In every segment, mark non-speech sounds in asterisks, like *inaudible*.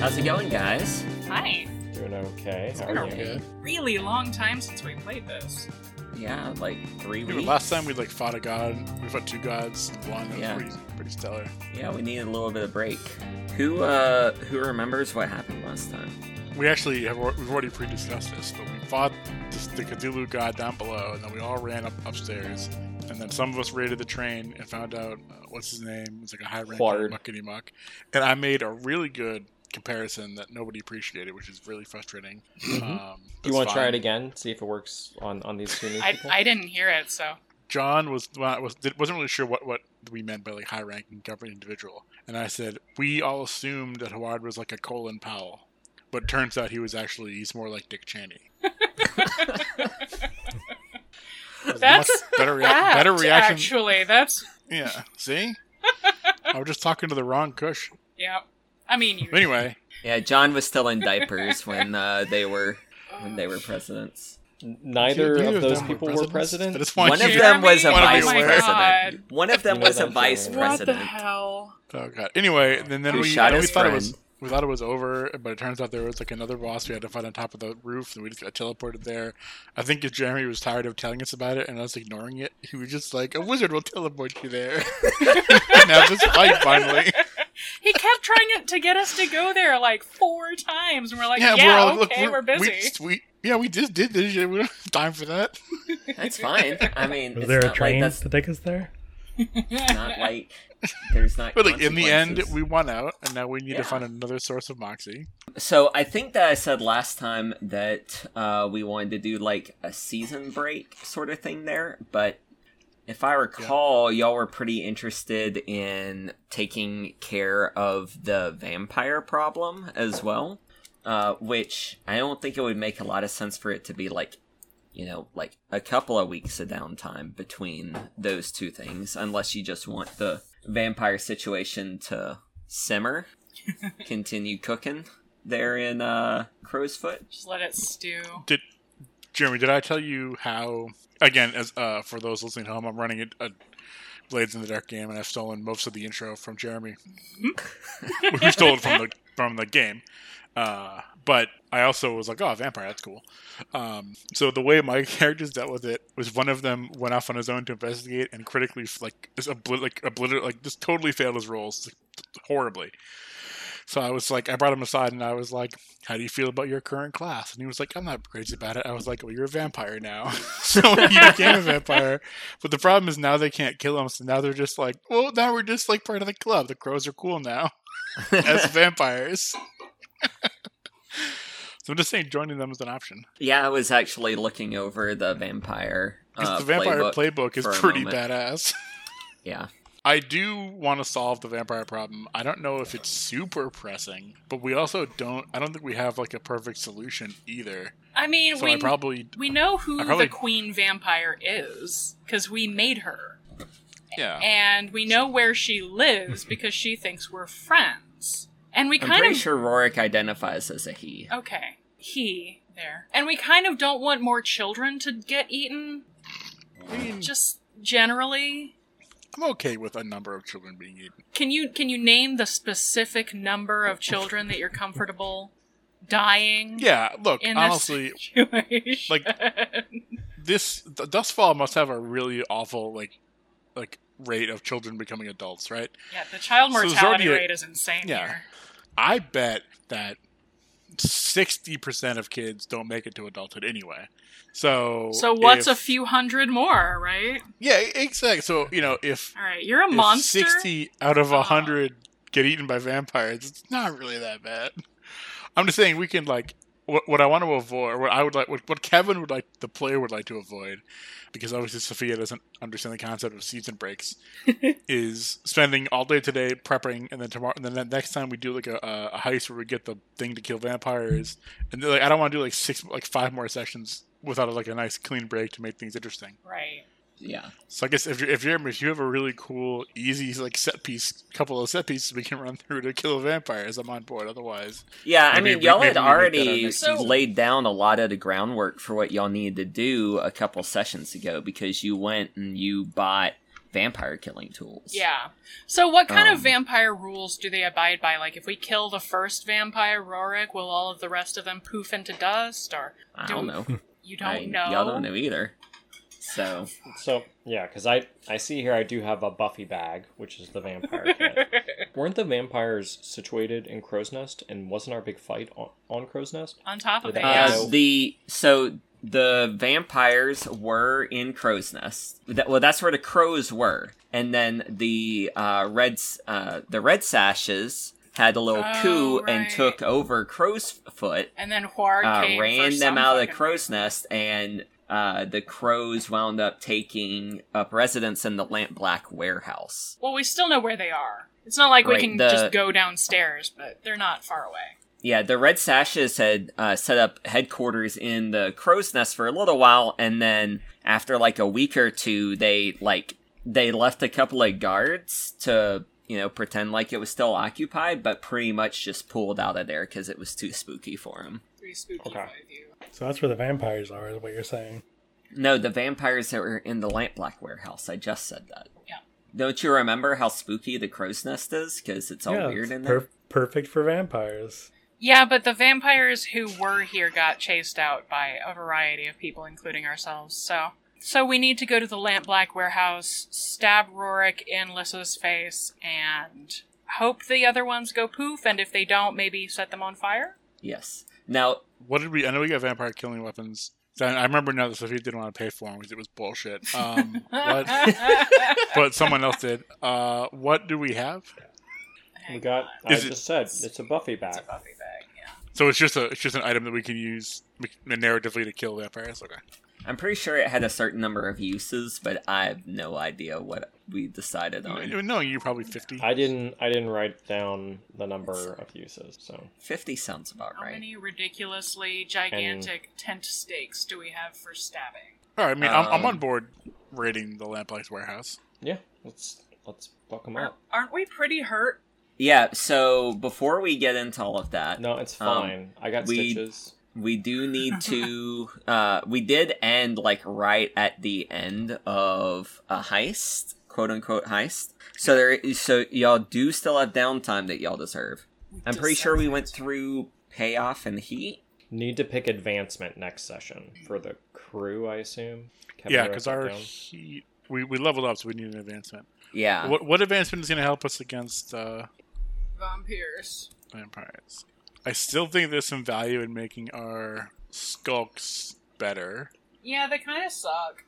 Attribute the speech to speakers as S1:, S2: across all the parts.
S1: How's it going, guys?
S2: Hi.
S3: Doing okay.
S2: It's
S3: How
S2: been
S3: are
S2: a
S3: you?
S2: really long time since we played this.
S1: Yeah, like three
S4: Dude,
S1: weeks.
S4: last time we like fought a god. We fought two gods. and One that
S1: Yeah.
S4: was pretty, pretty stellar.
S1: Yeah, we needed a little bit of break. Who uh who remembers what happened last time?
S4: We actually have al- we've already pre-discussed this, but we fought this, the Cthulhu god down below, and then we all ran up upstairs, and then some of us raided the train and found out uh, what's his name. It's like a high-ranking
S3: Huard.
S4: muckety muck, and I made a really good comparison that nobody appreciated, which is really frustrating. Um,
S3: Mm-hmm. Do you
S4: that's
S3: want to try it
S4: fine.
S3: again? See if it works on on these two new
S2: I,
S3: people.
S2: I didn't hear it, so
S4: John was was did- wasn't really sure what what we meant by like high ranking government individual, and I said we all assumed that Howard was like a Colin Powell, but turns out he was actually he's more like Dick
S2: *laughs*
S4: Cheney. It was a
S2: That's
S4: much better rea-
S2: Apt,
S4: better reaction.
S2: Actually, that's
S4: Yeah, see, I was just talking to the wrong Cush.
S2: yeah. I mean, you.
S4: Anyway,
S1: Yeah, John was still in
S4: *laughs*
S1: diapers when uh, they were
S2: Oh,
S1: when they were presidents.
S3: N- Neither
S4: neither
S3: of those
S4: them
S3: people were president.
S4: At this
S1: One
S4: point,
S1: of
S2: you-
S1: them was a
S4: Jeremy,
S1: vice
S4: oh my *laughs*
S1: president. One of them
S3: You know
S1: was a
S3: them,
S1: vice
S3: Jeremy.
S2: What the
S1: president.
S2: hell?
S4: Oh god. Anyway, and then, then
S1: Who
S4: we,
S1: shot
S4: then we
S1: his
S4: thought it was
S1: friend.
S4: we thought it was over, but it turns out there was like another boss we had to fight on top of the roof, and we just got teleported there. I think if Jeremy was tired of telling us about it and us ignoring it, he was just like, "A wizard will teleport you there." *laughs* and have this fight finally.
S2: *laughs* He kept trying to get us to go there like four times, and we're like, yeah, okay, we're, busy.
S4: We, we- yeah, we just did this. shit. *laughs* We don't have time for that.
S1: That's fine. I mean,
S5: Was
S1: it's
S5: there a
S1: not
S5: train
S1: like that's
S5: to take us there?
S1: not like there's not.
S4: *laughs* But like in the end,
S1: consequences.
S4: we won out, and now we need
S1: Yeah.
S4: to find another source of moxie.
S1: So I think that I said last time that uh, we wanted to do like a season break sort of thing there, but if I recall, y'all were pretty interested in taking care of the vampire problem as well, uh, which I don't think it would make a lot of sense for it to be like, you know, like a couple of weeks of downtime between those two things, unless you just want the vampire situation to simmer, continue cooking there in uh,
S4: *laughs*
S1: Crowsfoot.
S2: Just let it stew.
S4: Jeremy, did I tell you how? Again, as uh, for those listening at home, I'm running a, a Blades in the Dark game, and I've stolen most of the intro from Jeremy. we stole it from the from the game, uh, but I also was like, "Oh, vampire, that's cool." Um, so the way my *laughs* characters dealt with it was one of them went off on his own to investigate and critically like just obli- like obliter- like just totally failed his roles horribly. So I was like, I brought him aside and I was like, "How do you feel about your current class?" And he was like, "I'm not crazy about it." I was like, "Well, you're a vampire now." *laughs* so
S1: *laughs*
S4: he became a vampire. But the problem is now they can't kill him, so now they're just like, "Well, now we're just like part of the club. The crows are cool now *laughs* as vampires." *laughs* so I'm just saying, joining them is an option.
S1: Yeah, I was actually looking over the vampire.
S4: 'Cause
S1: Uh,
S4: the vampire
S1: playbook.
S4: playbook, is
S1: for a
S4: pretty
S1: moment.
S4: badass. *laughs*
S1: Yeah,
S4: I do want to solve the vampire problem. I don't know if it's super pressing, but we also don't. I don't think we have like a perfect solution either.
S2: I mean,
S4: So
S2: we
S4: I probably
S2: we know who
S4: I probably-
S2: the queen vampire is because we made her,
S4: yeah.
S2: and we know where she lives because she thinks we're friends, and we
S1: I'm
S2: kind
S1: pretty
S2: of Oh.
S1: sure Rorik identifies as a he.
S2: Okay. He there. And we kind of don't want more children to get eaten.
S4: I mean,
S2: Just generally.
S4: I'm okay with a number of children being eaten.
S2: Can you can you name the specific number of children that you're comfortable dying?
S4: Yeah, look,
S2: In this-
S4: honestly,
S2: Situation? *laughs*
S4: Like- this the Dustfall must have a really awful like like rate of children becoming adults, right?
S2: yeah, the child
S4: So there's
S2: mortality
S4: already a-
S2: rate is insane
S4: Yeah.
S2: here.
S4: I bet that sixty percent of kids don't make it to adulthood anyway. So
S2: So what's a
S4: if-
S2: few hundred more, right?
S4: Yeah, exactly. So you know if,
S2: All right, you're a
S4: if
S2: monster.
S4: sixty out of
S2: Uh.
S4: hundred get eaten by vampires, it's not really that bad. I'm just saying we can like what what I want to avoid, or what I would like, what, what Kevin would like, the player would like to avoid, because obviously Sophia doesn't understand the concept of season
S2: *laughs*
S4: breaks, is spending all day today prepping, and then tomorrow, and then the next time we do like a, a heist where we get the thing to kill vampires, and they're like I don't want to do like six, like five more sessions without like a nice clean break to make things interesting.
S2: Right.
S1: Yeah.
S4: So I guess if you're, if you're if you have a really cool, easy like set piece, couple of set pieces we can run through to kill vampires, I'm on board. Otherwise,
S1: Yeah, I
S4: Maybe
S1: mean,
S4: we-
S1: y'all had
S4: maybe we make that our
S1: already
S4: next
S2: season.
S1: laid down a lot of the groundwork for what y'all needed to do a couple sessions ago because you went and you bought vampire killing tools.
S2: Yeah. So, what kind
S1: Um,
S2: of vampire rules do they abide by? Like, if we kill the first vampire, Rorik, will all of the rest of them poof into dust? Or
S1: I don't know.
S2: you *laughs* don't
S1: I,
S2: know?
S1: Y'all don't know either. So
S3: So yeah, because I I see here I do have a Buffy bag, which is the vampire kit. Weren't the vampires situated in Crow's Nest, and wasn't our big fight on, on Crow's Nest?
S2: On top of it,
S3: Yeah.
S2: yeah.
S1: uh, the so the vampires were in Crow's Nest. That, well, that's where the crows were, and then the uh, red s- uh, the red sashes had a little
S2: Oh,
S1: coup and
S2: right.
S1: took over Crow's Foot,
S2: And then Huar
S1: uh,
S2: came for
S1: ran
S2: some
S1: them out of the
S2: fucking
S1: crow's
S2: reason.
S1: nest, and uh, the crows wound up taking up residence in the lamp black warehouse.
S2: Well, we still know where they are. It's not like
S1: Right,
S2: we can
S1: the-
S2: just go downstairs, but they're not far away.
S1: Yeah, the red sashes had uh, set up headquarters in the crow's nest for a little while, and then after like a week or two, they like they left a couple of guards to you know pretend like it was still occupied, but pretty much just pulled out of there because it was too spooky for them.
S2: Three spooky
S3: Okay.
S2: with you.
S5: So that's where the vampires are, is what you're saying.
S1: No, the vampires that were in the lamp black warehouse. I just said that.
S2: Yeah.
S1: Don't you remember how spooky the crow's nest is? Because it's all
S5: yeah,
S1: weird
S5: it's
S1: in there.
S5: per- perfect for vampires.
S2: Yeah, but the vampires who were here got chased out by a variety of people, including ourselves. So, so we need to go to the lamp black warehouse, stab Rorik in Lissa's face, and hope the other ones go poof. And if they don't, maybe set them on fire.
S1: Yes. Now,
S4: What did we? I know we got vampire killing weapons. Then I remember now that Sophia didn't want to pay for them because it was bullshit. Um,
S2: *laughs*
S4: what? But someone else did. Uh, what do we have?
S3: We got. I
S4: Is it-
S3: just said it's a Buffy bag.
S2: It's a Buffy bag. Yeah.
S4: So it's just a it's just an item that we can use we can- narratively to kill vampires. Okay.
S1: I'm pretty sure it had a certain number of uses, but I have no idea what we decided on.
S4: No, you're probably fifty.
S3: I didn't. I didn't write down the number of uses. So
S1: 50 sounds about
S2: How
S1: right.
S2: many ridiculously gigantic tent stakes do we have for stabbing?
S4: All right. I mean, I'm, I'm
S1: Um,
S4: on board raiding the Lamplight's warehouse.
S3: yeah, let's let's fuck them
S2: Aren't,
S3: up.
S2: aren't we pretty hurt?
S1: Yeah, so before we get into all of that,
S3: No, it's
S1: Um,
S3: fine. I got
S1: we-
S3: stitches.
S1: we do
S2: *laughs*
S1: need to uh we did end like right at the end of a heist quote unquote heist so there so y'all do still have downtime that y'all deserve i'm pretty sure we went through payoff and heat
S3: Need to pick advancement next session for the crew. I assume. Kevin
S4: yeah,
S3: wrote
S4: because
S3: that
S4: our
S3: down.
S4: heat, we we leveled up, so we need an advancement.
S1: yeah
S4: What what advancement is going to help us against uh,
S2: vampires.
S4: vampires? I still think there's some value in making our skulks better.
S2: Yeah, they kind of suck.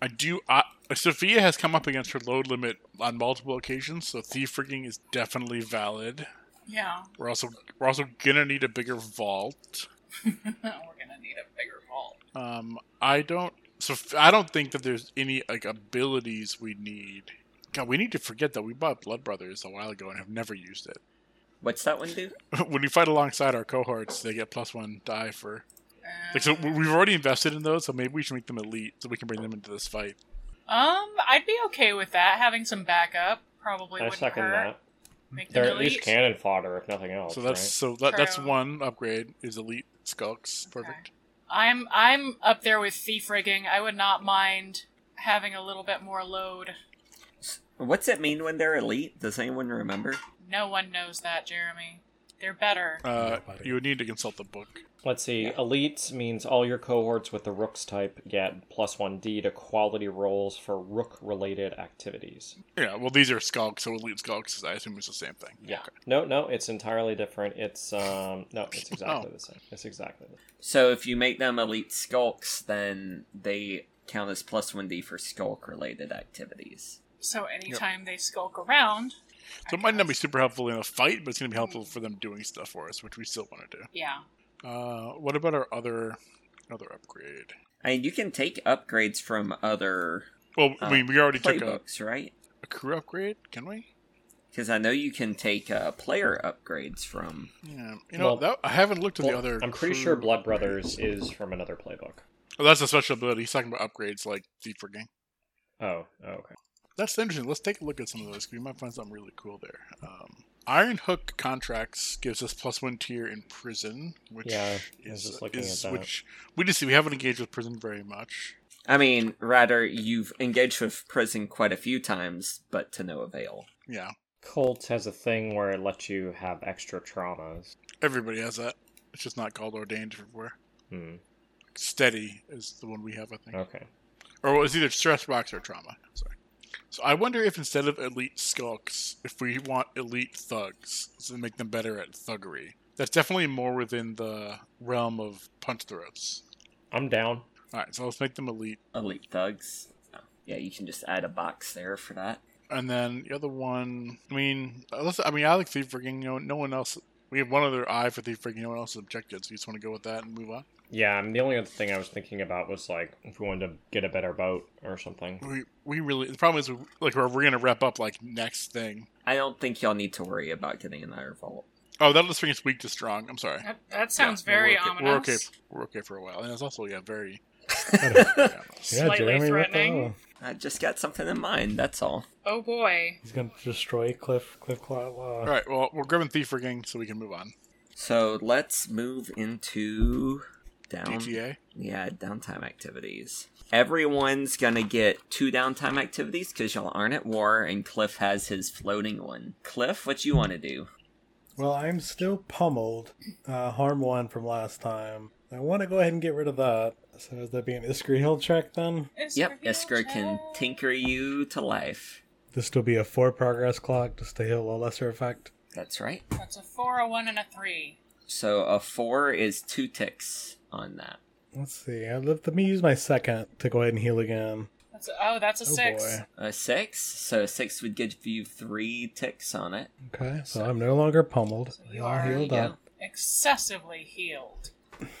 S4: I do. I, Sophia has come up against her load limit on multiple occasions, so thief rigging is definitely valid.
S2: Yeah,
S4: We're also we're also gonna need a bigger vault.
S2: *laughs* we're gonna need a bigger vault.
S4: Um, I don't. So f- I don't think that there's any like abilities we need. God, we need to forget that we bought Blood Brothers a while ago and have never used it.
S1: what's that one do
S4: *laughs* when we fight alongside our cohorts, they get plus one die for. Like, so we-
S2: Um,
S4: we've already invested in those, so maybe we should make them elite so we can bring them into this fight.
S2: um, I'd be okay with that. Having some backup probably
S3: I
S2: wouldn't
S3: second
S2: hurt.
S3: that.
S2: Make them
S3: They're at least
S2: elite.
S3: cannon fodder, if nothing else.
S4: so that's
S3: right?
S4: so that, that's
S2: True.
S4: one upgrade is elite skulks. Perfect.
S2: I'm I'm up there with thief rigging. I would not mind having a little bit more load.
S1: what's it mean when they're elite does anyone remember
S2: No one knows that, Jeremy. They're better.
S4: Uh,
S5: Nobody.
S4: you would need to consult the book.
S3: Let's see. Elites means all your cohorts with the Rooks type get plus one D to quality rolls for Rook related activities.
S4: Yeah, well, these are skulks, so elite skulks. I assume it's the same thing.
S3: Yeah. No, no, it's entirely different. It's um, no,
S4: *laughs* Oh.
S3: it's exactly the same. It's exactly the same.
S1: so if you make them elite skulks then they count as plus 1d for skulk related activities
S2: So anytime they skulk around,
S4: So
S2: I
S4: it might not be
S2: guess.
S4: super helpful in a fight, but it's going to be helpful for them doing stuff for us, which we still want to do.
S2: Yeah,
S4: Uh, what about our other other upgrade?
S1: I mean, you can take upgrades from other
S4: Well,
S1: Uh,
S4: I mean, we already took a,
S1: playbooks, right?
S4: a crew upgrade, can we?
S1: Because I know you can take uh, player upgrades from.
S4: Yeah, you know,
S3: Well-
S4: that, I haven't looked at the other.
S3: I'm pretty
S4: crew
S3: sure Blood
S4: upgrades.
S3: Brothers is from another playbook.
S4: Oh, that's a special ability. He's talking about upgrades like Deep Rigging.
S3: Oh, oh, okay.
S4: That's interesting. Let's take a look at some of those. 'cause We might find something really cool there. Um, Iron Hook contracts gives us plus one tier in prison, which
S3: Yeah, I was
S4: is,
S3: just looking
S4: is-
S3: at that.
S4: which we just see we haven't engaged with prison very much.
S1: I mean, rather, you've engaged with prison quite a few times, but to no avail.
S4: Yeah,
S3: Cult has a thing where it lets you have extra traumas.
S4: everybody has that. It's just not called ordained everywhere.
S3: Hmm.
S4: Steady is the one we have, I think.
S3: Okay.
S4: or it was either stress box or trauma. Sorry. So I wonder if instead of elite skulks, if we want elite thugs to make them better at thuggery. That's definitely more within the realm of punch throats.
S3: I'm down.
S4: All right, so let's make them elite,
S1: Elite thugs. Yeah, you can just add a box there for that.
S4: and then the other one. I mean, unless I mean I like thief rigging. You know, no one else. We have one other eye for thief rigging. No one else is objected, so you just want to go with that and move on.
S3: Yeah, and the only other thing I was thinking about was like if we wanted to get a better boat or something.
S4: We we really the problem is we, like we're, we're gonna wrap up like next thing.
S1: I don't think y'all need to worry about getting an iron vault.
S4: Oh, that'll just bring us weak to strong. I'm sorry.
S2: That, that sounds very
S4: we're okay,
S2: ominous.
S4: We're okay. We're okay for a while, and it's also yeah *laughs* very
S1: I
S5: Yeah,
S2: Slightly
S5: Jeremy, what the
S2: threatening.
S5: hell?
S1: just got something in mind, that's all.
S2: Oh boy.
S5: He's gonna destroy Cliff Cliff Claw Law.
S4: All right, well, we're grabbing Thief Rigging so we can move on.
S1: So let's move into down
S4: DTA.
S1: Yeah, downtime activities. Everyone's gonna get two downtime activities because y'all aren't at war, and Cliff has his floating one. Cliff, what you want to do?
S5: Well, I'm still pummeled. Uh, harm one from last time. I want to go ahead and get rid of that. So is that be an Iskriel check then?
S1: Yep, Isker
S2: Escrow
S1: can
S2: check.
S1: tinker you to life.
S5: This will be a four progress clock just to heal a lesser effect.
S1: That's right.
S2: That's a four, a one, and a three.
S1: So a four is two ticks on that.
S5: Let's see. I let me use my second to go ahead and heal again.
S2: That's a, oh, that's a
S5: Oh,
S2: six.
S5: boy.
S1: A six, so a six would give you three ticks on it.
S5: Okay, so I'm no longer pummeled. We all
S2: There you
S5: healed
S1: go.
S5: up.
S2: Excessively healed.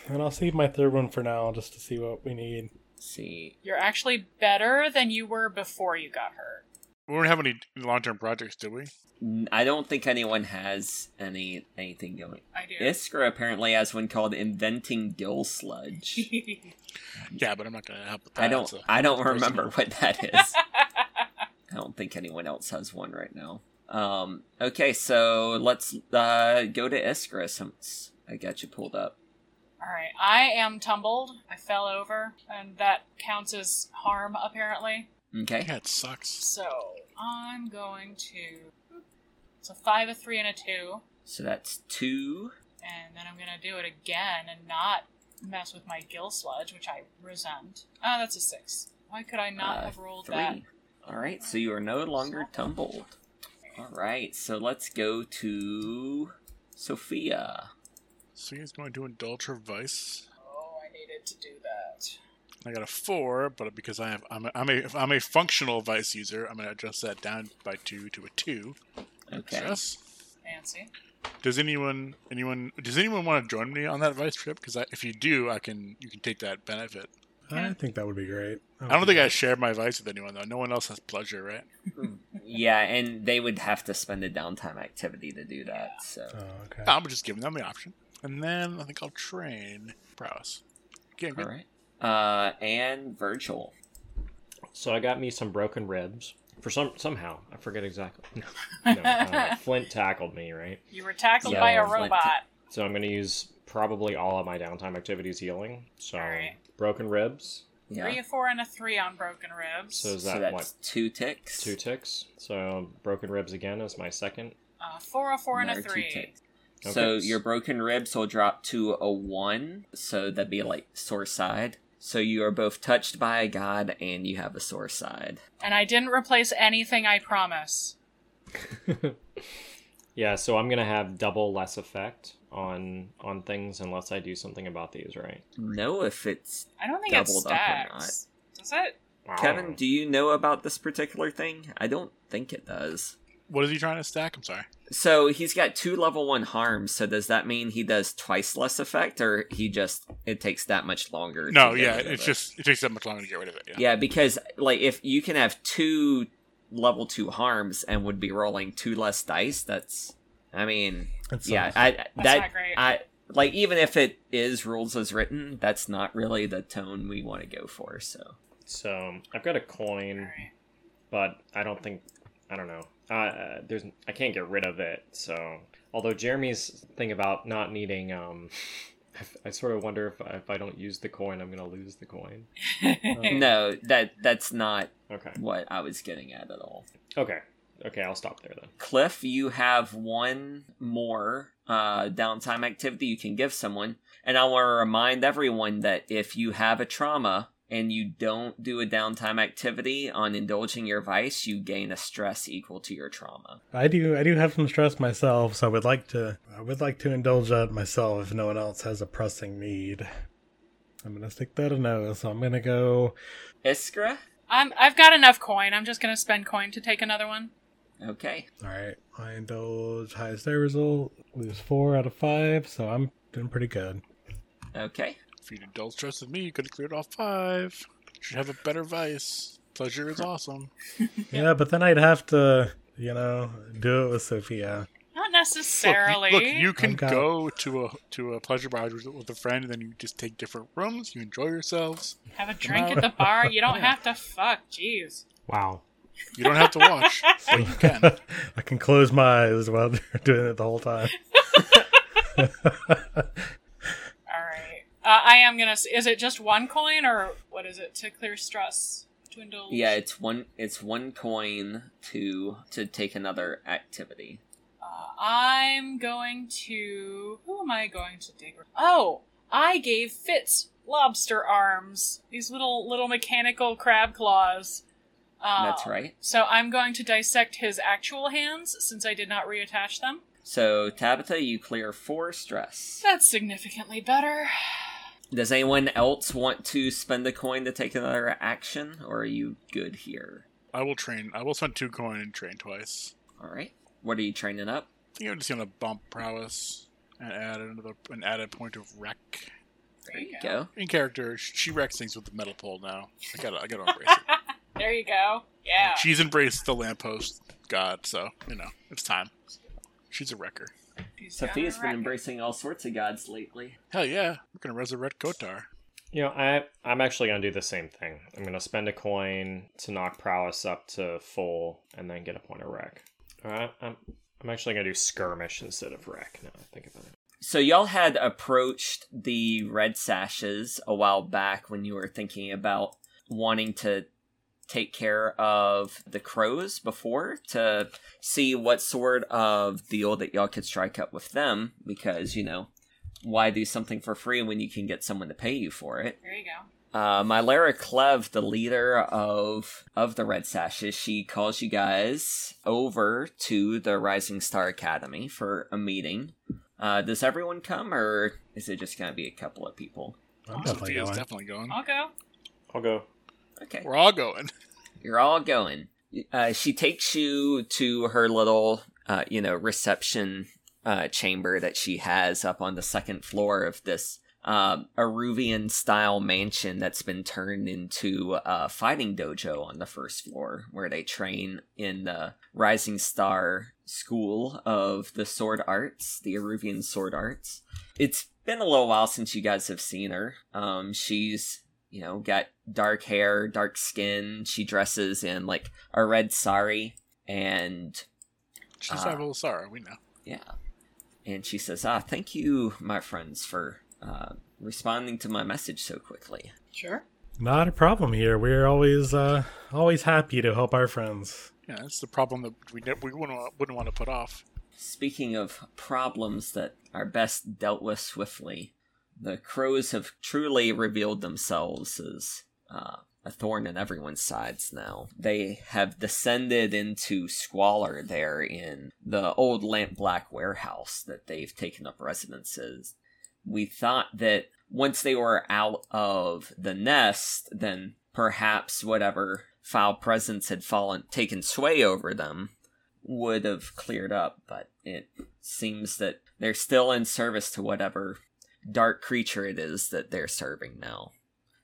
S5: And I'll save my third one for now just to see what we need.
S1: see,
S2: You're actually better than you were before you got hurt.
S4: We don't have any long-term projects, did we?
S1: N- I don't think anyone has any anything going.
S2: I do. *laughs*
S1: Iskra apparently has one called "Inventing Gill
S2: *laughs*
S1: Sludge."
S4: Yeah, but I'm not gonna help with that.
S1: I don't.
S4: so-
S1: I don't
S4: personal.
S1: remember what that is. I don't think anyone else has one right now. Um. Okay, so let's uh go to Iskra since I got you pulled up.
S2: All right, I am tumbled. I fell over, and that counts as harm apparently.
S1: Okay.
S4: Yeah, it sucks.
S2: So I'm going to. It's a five, a three, and a two,
S1: So that's two.
S2: and then I'm gonna do it again and not mess with my gill sludge, which I resent. Oh, that's a six. Why could I not
S1: uh,
S2: have rolled that?
S1: All right, so you are no longer tumbled. All right, so let's go to Sophia.
S4: So he's going to indulge her vice.
S2: Oh, I needed to do that.
S4: I got a four, but because I have, I'm a, I'm a, I'm a functional vice user. I'm gonna adjust that down by two to a two.
S1: Okay.
S4: Yes.
S2: Fancy.
S4: Does anyone, anyone, does anyone want to join me on that vice trip? Because if you do, I can, you can take that benefit.
S5: I think that would be great.
S4: I don't think I share my vice with anyone though. No one else has pleasure, right?
S1: Yeah, and they would have to spend a downtime activity to do that. So
S5: Oh, okay.
S1: Uh,
S4: I'm just giving them the option. And then I think I'll train prowess. Okay,
S1: all
S4: good.
S1: right. Uh, and Virgil.
S3: So I got me some broken ribs. For some somehow I forget exactly. *laughs* No, uh, Flint tackled me right.
S2: You were tackled
S1: Yeah,
S2: by a
S1: it's like-
S2: robot.
S3: So I'm gonna use probably all of my downtime activities healing. So
S2: Alright.
S3: broken ribs.
S1: Yeah.
S2: Three, a four, and a three on broken ribs.
S3: So is
S1: so
S3: that
S1: that's
S3: what
S1: two ticks.
S3: two ticks? So broken ribs again is my second.
S2: uh, four, a four, and a
S1: Another two
S2: three.
S1: ticks.
S3: Okay.
S1: So your broken ribs will drop to a one. So that'd be like sore side. So you are both touched by a god and you have a sore side.
S2: And I didn't replace anything, I promise.
S3: Yeah, so I'm gonna have double less effect on on things unless I do something about these, right?
S1: No, if it's
S2: I don't think it
S1: Doubled up or
S2: stacks. Does it?
S3: I don't
S1: Kevin,
S3: know.
S1: do you know about this particular thing? I don't think it does.
S4: What is he trying to stack? I'm sorry.
S1: So he's got two level one harms. So does that mean he does twice less effect, or he just it takes that much longer? to
S4: No,
S1: get
S4: yeah,
S1: rid of
S4: it's
S1: it?
S4: just it takes that much longer to get rid of it. Yeah.
S1: yeah, because like if you can have two level two harms and would be rolling two less dice, that's I mean,
S5: That
S1: yeah,
S5: sucks.
S1: I
S2: That's
S1: that
S2: not great.
S1: I like even if it is rules as written, that's not really the tone we want to go for. So
S3: So I've got a coin,
S2: Alright.
S3: but I don't think I don't know. Uh, there's I can't get rid of it. So although Jeremy's thing about not needing um *laughs* I sort of wonder if I, if I don't use the coin, I'm gonna lose the coin.
S1: *laughs* No, that that's not
S3: Okay.
S1: what I was getting at at all.
S3: Okay. Okay. I'll stop there then.
S1: Cliff, you have one more uh, downtime activity you can give someone. And I want to remind everyone that if you have a trauma and you don't do a downtime activity on indulging your vice, you gain a stress equal to your trauma.
S5: I do. I do have some stress myself, so I would like to. I would like to indulge that myself if no one else has a pressing need. I'm gonna stick that a no. So I'm gonna go.
S1: Iskra?
S2: *laughs* I'm, I've got enough coin. I'm just gonna spend coin to take another one.
S1: Okay.
S5: All right. I indulge highest air result. Lose four out of five, so I'm doing
S1: *laughs*
S5: pretty good.
S1: Okay.
S4: If you'd indulged trust with me, you could have cleared all five. You should have a better vice. Pleasure is awesome.
S5: Yeah, but then I'd have to, you know, do it with Sophia.
S2: Not
S4: Look, you-
S2: necessarily.
S4: Look, you can
S5: Okay.
S4: go to a to a pleasure barge with, with a friend, and then you just take different rooms. You enjoy yourselves.
S2: Have a drink
S4: *laughs*
S2: at the bar. You don't have to fuck. Jeez.
S3: Wow.
S4: You don't have to watch, but you can.
S5: *laughs* I can close my eyes while they're *laughs* doing it the whole time.
S2: All right. Uh, I am gonna. s- Is it just one coin or what is it to clear stress? To indulge?
S1: Yeah, it's one it's one coin to to take another activity.
S2: Uh, I'm going to. Who am I going to dig? Oh, I gave Fitz lobster arms. These little little mechanical crab claws. Uh,
S1: That's right.
S2: So I'm going to dissect his actual hands since I did not reattach them.
S1: So Tabitha, you clear four stress.
S2: That's significantly better.
S1: Does anyone else want to spend a coin to take another action, or are you good here?
S4: I will train. I will spend two coin and train twice.
S1: All right. What are you training up?
S4: I think I'm just gonna bump prowess and add another an added point of wreck.
S1: There you go.
S4: In character, sh- she wrecks things with the metal pole now. I gotta, I gotta embrace it.
S2: There you go. Yeah.
S4: She's embraced the lamppost god, so you know it's time. She's a wrecker.
S2: She's got
S1: Sophia's
S2: her
S1: been
S2: racket.
S1: embracing all sorts of gods lately.
S4: Hell yeah, we're gonna resurrect Kotar.
S3: You know, I I'm actually gonna do the same thing. I'm gonna spend a coin to knock prowess up to full, and then get a point of wreck. All right. I'm I'm actually gonna do skirmish instead of wreck. Now I think about it.
S1: So y'all had approached the red sashes a while back when you were thinking about wanting to take care of the crows before to see what sort of deal that y'all could strike up with them because, you know, why do something for free when you can get someone to pay you for it?
S2: There you go.
S1: Uh, Mylara Clev, the leader of of the Red Sashes, she calls you guys over to the Rising Star Academy for a meeting. Uh, does everyone come, or is it just gonna be a couple of people?
S5: I'm definitely
S4: Sophia's
S5: going.
S4: definitely going.
S2: I'll go.
S3: I'll go.
S1: Okay,
S4: We're all going.
S1: you're all going. Uh, she takes you to her little, uh, you know, reception uh, chamber that she has up on the second floor of this um Aruvian style mansion that's been turned into a fighting dojo on the first floor, where they train in the Rising Star School of the Sword Arts, the Aruvian Sword Arts. It's been a little while since you guys have seen her. Um, she's you know, got dark hair, dark skin. She dresses in like a red sari, and
S4: She's
S1: Ah.
S4: uh, little Sarah. We know.
S1: yeah, and she says, "Ah, thank you, my friends, for uh, responding to my message so quickly."
S2: Sure.
S5: Not a problem here. We're always uh always happy to help our friends.
S4: Yeah, that's the problem that we ne- we wouldn't wa- wouldn't want to put off.
S1: Speaking of problems that are best dealt with swiftly, the crows have truly revealed themselves as uh, a thorn in everyone's sides now. They have descended into squalor there in the old lamp black warehouse that they've taken up residences. We thought that once they were out of the nest, then perhaps whatever foul presence had fallen taken sway over them would have cleared up, but it seems that they're still in service to whatever dark creature it is that they're serving now.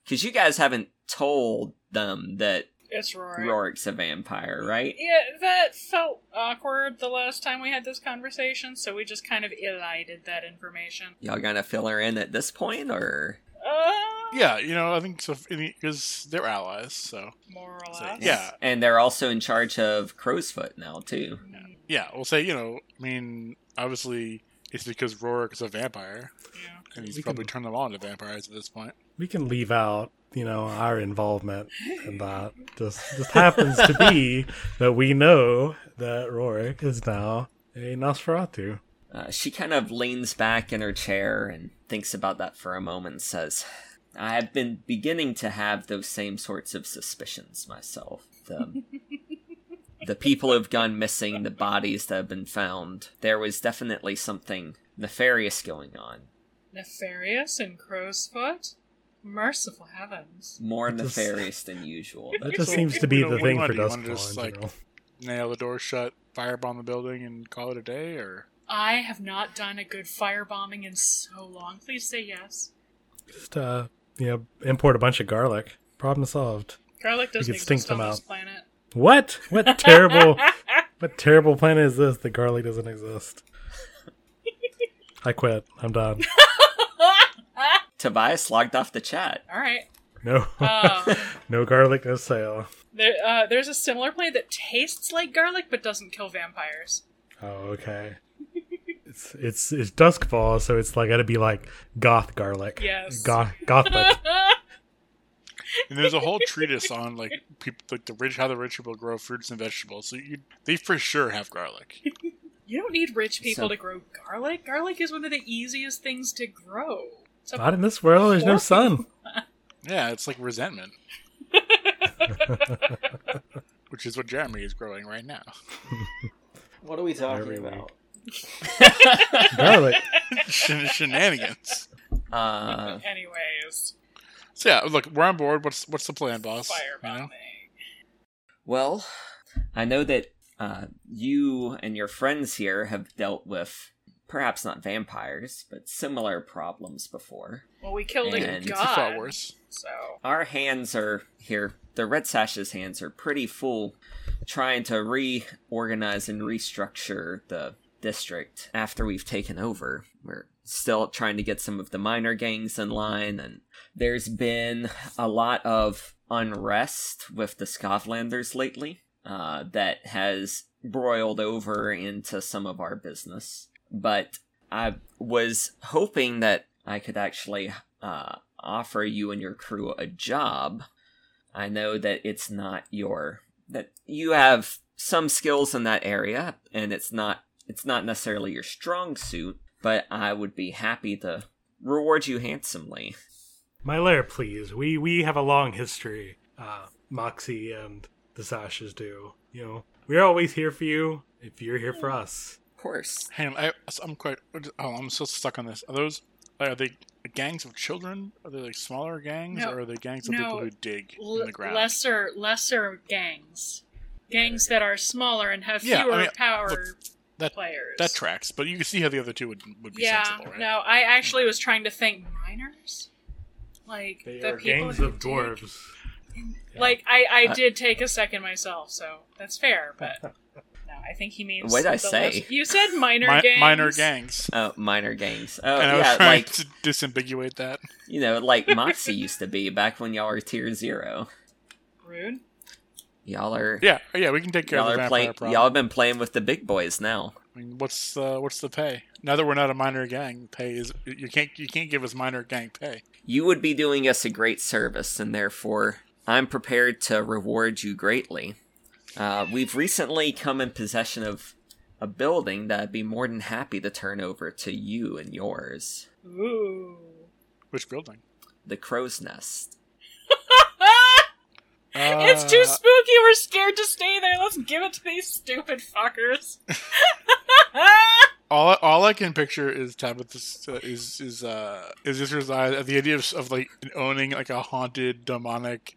S1: Because you guys haven't told them that
S2: It's Rory.
S1: Rorik's a vampire, right?
S2: Yeah, that felt awkward the last time we had this conversation, so we just kind of elided that information.
S1: Y'all gonna fill her in at this point, or
S2: Uh,
S4: Yeah, you know, I think so because they're allies. So
S2: More or
S4: So,
S2: less.
S4: yeah.
S1: and they're also in charge of Crowsfoot now too.
S2: Mm,
S4: yeah, we'll say you know. I mean, obviously, it's because Rorik is a vampire.
S2: yeah.
S4: and he's
S5: We
S4: probably
S5: can-
S4: turned them all into vampires at this point.
S5: we can leave out you know our involvement in that just just happens to
S4: *laughs*
S5: be that we know that Rorik is now a Nosferatu.
S1: Uh, she kind of leans back in her chair and thinks about that for a moment and says, I have been beginning to have those same sorts of suspicions myself. The, the people who've gone missing, the bodies that have been found, there was definitely something nefarious going on.
S2: Nefarious and crow's foot? Merciful heavens.
S1: More
S5: It just-
S1: nefarious than usual.
S5: That
S1: But
S5: just
S4: So,
S5: seems to be
S4: you know,
S5: the
S4: what do you
S5: thing
S4: wanna
S5: for
S4: do? You
S5: Dust
S4: wanna just,
S5: in
S4: like,
S5: general.
S4: Nail the door shut, firebomb the building, and call it a day,
S5: *laughs*
S4: or
S2: I have not done a good firebombing in so long. Please say yes.
S5: Just uh, you know, import a bunch of garlic. Problem solved.
S2: Garlic doesn't
S5: could stink
S2: exist
S5: them
S2: on this
S5: out.
S2: planet. *laughs*
S5: What? What terrible?
S4: *laughs*
S5: what terrible planet is this that garlic doesn't exist? I quit. I'm done.
S1: Tobias logged off the chat.
S2: All right.
S5: No,
S2: Um,
S5: *laughs* no garlic, no sale.
S2: there, uh, there's a similar plant that tastes like garlic but doesn't kill vampires. *laughs*
S5: Oh, okay. It's it's it's duskfall, so it's like gotta be like goth garlic.
S2: Yes.
S5: Goth
S2: *laughs*
S5: gothic.
S4: and there's a whole treatise on like people like the rich how the rich people grow fruits and vegetables. So you, they for sure have
S5: *laughs*
S4: garlic.
S2: You don't need rich people
S1: So-
S2: to grow garlic. Garlic is one of the easiest things to grow. It's a-
S5: Not in this world. There's no
S2: Horrible. *laughs*
S5: sun.
S4: Yeah, it's like
S5: *laughs*
S4: resentment, which is what Jeremy is growing right now. *laughs*
S1: What are we
S5: talking Every about? garlic.
S4: Shen- shenanigans.
S2: *laughs*
S1: Uh,
S2: Anyways,
S4: So yeah, look, we're on board. What's what's the plan, boss? You know?
S2: firebombing.
S1: Well, I know that uh, you and your friends here have dealt with perhaps not vampires, but similar problems before.
S2: Well, we killed a
S1: And-
S4: It's a far
S2: Oh god.
S4: worse.
S2: So
S1: Our hands are here, the Red Sash's hands are pretty full trying to reorganize and restructure the district after we've taken over. We're still trying to get some of the minor gangs in line, and there's been a lot of unrest with the Scotlanders lately uh, that has broiled over into some of our business. But I was hoping that I could actually uh, offer you and your crew a job. I know that it's not your that you have some skills in that area and it's not it's not necessarily your strong suit but i would be happy to reward you handsomely
S5: My lair, please. We we have a long history. Uh, Moxie and the Sashes do. You know, we're always here for you if you're here for us.
S1: of course
S4: Hang on, I, I'm quite. Oh, I'm still stuck on this. Are those? Are they gangs of children? Are they like smaller gangs,
S2: No.
S4: or are they gangs of
S2: No.
S4: people who dig in
S2: l-
S4: the ground?
S2: lesser lesser gangs, gangs that are smaller and have
S4: Yeah, I
S2: fewer
S4: mean,
S2: power
S4: look, that-
S2: players.
S4: That tracks, but you can see how the other two would would be
S2: yeah.
S4: sensible, right?
S2: No, I actually was trying to think miners, like
S5: They
S2: the
S5: are
S2: people
S5: gangs
S2: who
S5: of
S2: dig-
S5: dwarves.
S2: Like I, I
S1: Uh,
S2: did take a second myself, so that's fair.
S5: *laughs*
S2: But no, I think he means.
S1: What'd I
S2: the
S1: say?
S2: less- you said minor
S4: Mi-
S2: gangs.
S4: minor gangs.
S1: oh minor gangs oh
S4: and I was
S1: yeah
S4: trying
S1: like
S4: *laughs* to disambiguate that.
S1: you know like moxie used to be back when y'all were tier zero
S2: Rude.
S1: y'all are
S4: Yeah, yeah, we can take care
S1: y'all
S4: of the
S1: are
S4: vampire
S1: playing
S4: problem.
S1: y'all have been playing with the big boys now
S4: I mean, what's uh, what's the pay? Now that we're not a minor gang, pay is you can't you can't give us minor gang pay.
S1: you would be doing us a great service, and therefore I'm prepared to reward you greatly. Uh, we've recently come in possession of a building that I'd be more than happy to turn over to you and yours
S2: Ooh. *laughs*
S4: Which building?
S1: the Crow's Nest.
S2: it's too
S4: Uh,
S2: spooky. We're scared to stay there. Let's give it to these stupid fuckers.
S4: All, all I can picture is Tabitha's uh, is is uh is Israel's eyes at the idea of, of like owning like a haunted demonic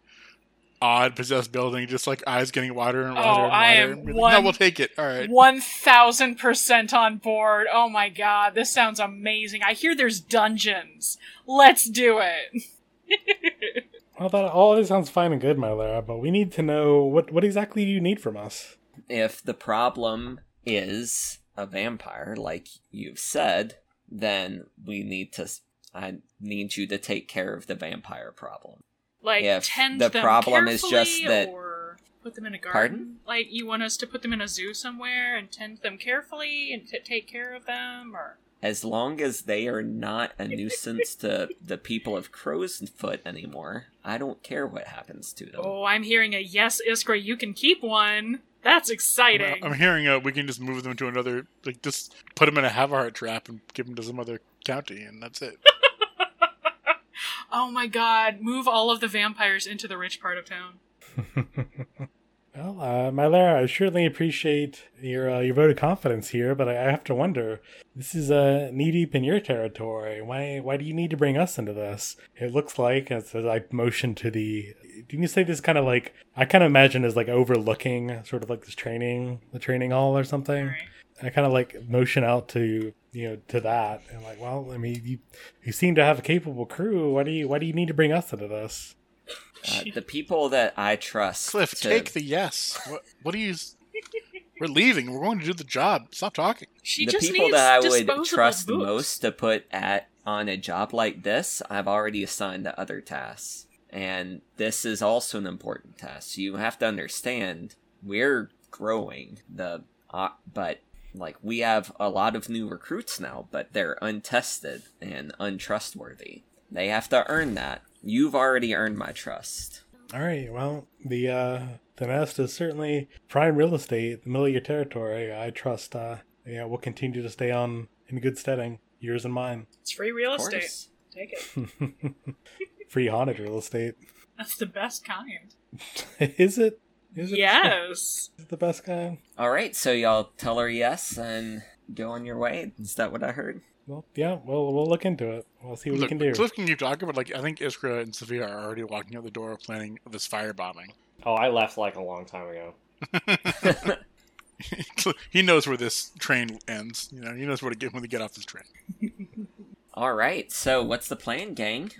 S4: odd possessed building just like eyes getting wider and
S2: Oh,
S4: wider and
S2: I
S4: wider
S2: am
S4: and be like, no
S2: one-
S4: we'll take it all right
S2: One thousand percent on board. Oh my god, this sounds amazing. I hear there's dungeons. Let's do it.
S5: Well, that all this sounds fine and good, my Lara, but we need to know what what exactly do you need from us?
S1: If the problem is a vampire, like you've said, then we need to. s- I need you to take care of the vampire problem.
S2: Like
S1: If
S2: tend
S1: the
S2: them
S1: problem is
S2: carefully
S1: just that-
S2: or put them in a garden.
S1: Pardon?
S2: Like you want us to put them in a zoo somewhere and tend them carefully and t- take care of them, or
S1: as long as they are not a nuisance to the people of Crowsfoot anymore, I don't care what happens to them.
S2: Oh, I'm hearing a yes, Iskra, you can keep one. That's exciting.
S4: I'm hearing uh, we can just move them to another, like just put them in a Havart trap and give them to some other county, and that's it.
S2: oh my god, move all of the vampires into the rich part of town.
S5: well, uh, Mylara, I certainly appreciate your uh, your vote of confidence here, but I, I have to wonder. This is uh, knee deep in your territory. Why why do you need to bring us into this? It looks like as, as I motion to the. Didn't you say this kind of like I kind of imagine as like overlooking sort of like this training the training hall or something.
S2: Right.
S5: I kind of like motion out to you know to that and like well I mean you you seem to have a capable crew. Why do you why do you need to bring us into this?
S1: Uh, the people that I trust.
S4: Cliff,
S1: to-
S4: take the yes. What, what do you? s- We're leaving. We're going to do the job. Stop talking.
S2: She
S1: the
S2: just
S1: people
S2: needs
S1: that I would
S2: disposable
S1: trust
S2: boots.
S1: most to put at on a job like this, I've already assigned to other tasks. And this is also an important task. You have to understand we're growing the uh, but like we have a lot of new recruits now, but they're untested and untrustworthy. They have to earn that. You've already earned my trust.
S5: All right. Well, the uh, the nest is certainly prime real estate, the middle of your territory. I trust. Uh, yeah, we'll continue to stay on in good steading, yours and mine. *laughs*
S2: It's free real
S1: Of
S2: estate.
S1: course.
S2: Take it.
S5: Free haunted real estate. *laughs*
S2: That's the best kind.
S5: is it? Is it
S2: Yes.
S5: *laughs* the best kind?
S1: All right, so y'all tell her yes and go on your way. Is that what I heard?
S5: Well, yeah. Well, we'll look into it. We'll see what
S4: Look,
S5: we can do.
S4: Cliff can keep talking, but like I think Iskra and Sophia are already walking out the door, planning this firebombing. *laughs*
S3: Oh, I left like a long time ago.
S4: he knows where this train ends. You know, he knows where to get when they get off this train.
S1: All right, so what's the plan, gang?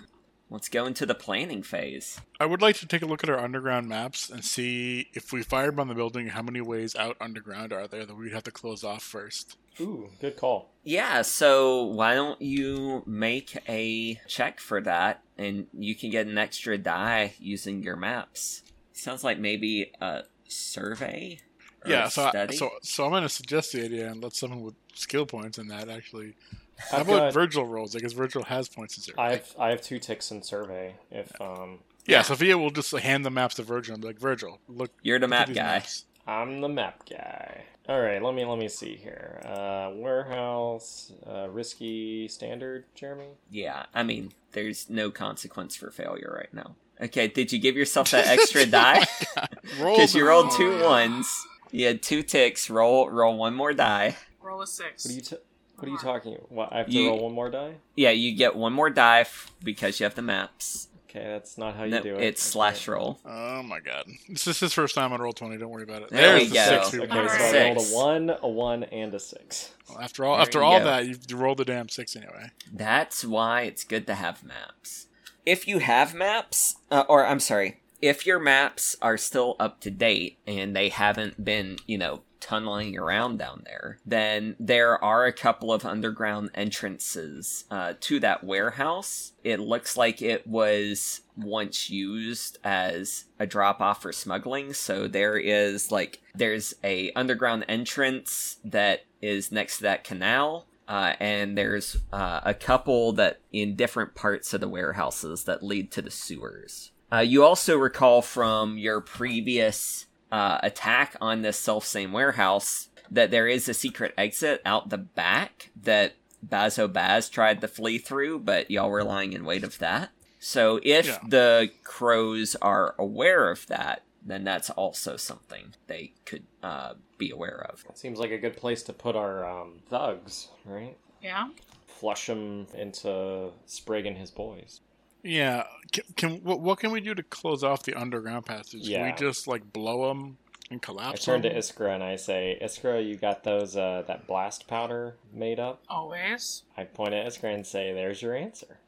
S1: Let's go into the planning phase.
S4: I would like to take a look at our underground maps and see if we firebomb the building, how many ways out underground are there that we'd have to close off first.
S3: Ooh, good call.
S1: Yeah, so why don't you make a check for that and you can get an extra die using your maps? Sounds like maybe a survey? or
S4: yeah,
S1: a
S4: so, I,
S1: study?
S4: so so I'm going to suggest the idea and let someone with skill points in that actually. How
S3: I've
S4: about
S3: got-
S4: Virgil rolls? I guess Virgil has points in survey.
S3: I have I have two ticks in survey. If um,
S4: yeah, Sophia will just hand the maps to Virgil and be like, Virgil, look.
S1: You're the
S4: look at
S1: map
S4: these
S1: guy.
S4: maps."
S3: I'm the map guy. All right, let me let me see here. Uh, warehouse, uh, risky standard, Jeremy.
S1: Yeah, I mean, there's no consequence for failure right now. Okay, did you give yourself that
S4: *laughs*
S1: extra die? *laughs*
S4: Roll
S1: Because
S4: the-
S1: you rolled two ones. You had two ticks. Roll, roll one more die.
S2: Roll a six.
S3: What are you t- What are you talking? What I have to
S1: You-
S3: roll one more die?
S1: Yeah, you get one more die f- because you have the maps.
S3: Okay, that's not how Oh, you
S1: No,
S3: do it.
S1: it's
S3: Okay.
S1: slash roll.
S4: Oh my god. This is his first time on roll 20. Don't worry about it.
S1: There
S4: There's
S1: we
S4: the
S1: go.
S4: six. we
S3: Okay,
S4: rolled.
S3: so
S2: Alright.
S3: I rolled
S1: Six.
S3: a one, a one, and a six.
S4: Well, After all,
S1: There
S4: after
S1: you
S4: all
S1: go.
S4: that, you you rolled the damn six anyway.
S1: That's why it's good to have maps. If you have maps, uh, or I'm sorry, if your maps are still up to date and they haven't been, you know, tunneling around down there, then there are a couple of underground entrances uh, to that warehouse. It looks like it was once used as a drop off for smuggling, so there is like there's a underground entrance that is next to that canal uh, and there's uh, a couple that in different parts of the warehouses that lead to the sewers. Uh, you also recall from your previous uh, attack on this selfsame warehouse that there is a secret exit out the back that Bazo Baz tried to flee through, but y'all were lying in wait of that. So if
S4: Yeah.
S1: the crows are aware of that, then that's also something they could uh, be aware of.
S3: It seems like a good place to put our um, thugs, right?
S2: Yeah.
S3: Flush them into Sprig and his boys.
S4: Yeah. Can, can what, what can we do to close off the underground passage? Can
S3: Yeah.
S4: we just like blow them and
S3: I
S4: collapse
S3: turn to
S4: them?
S3: Iskra and I say, Iskra, you got those uh, that blast powder made up?
S2: Always.
S3: I point at Iskra and say, "There's your answer."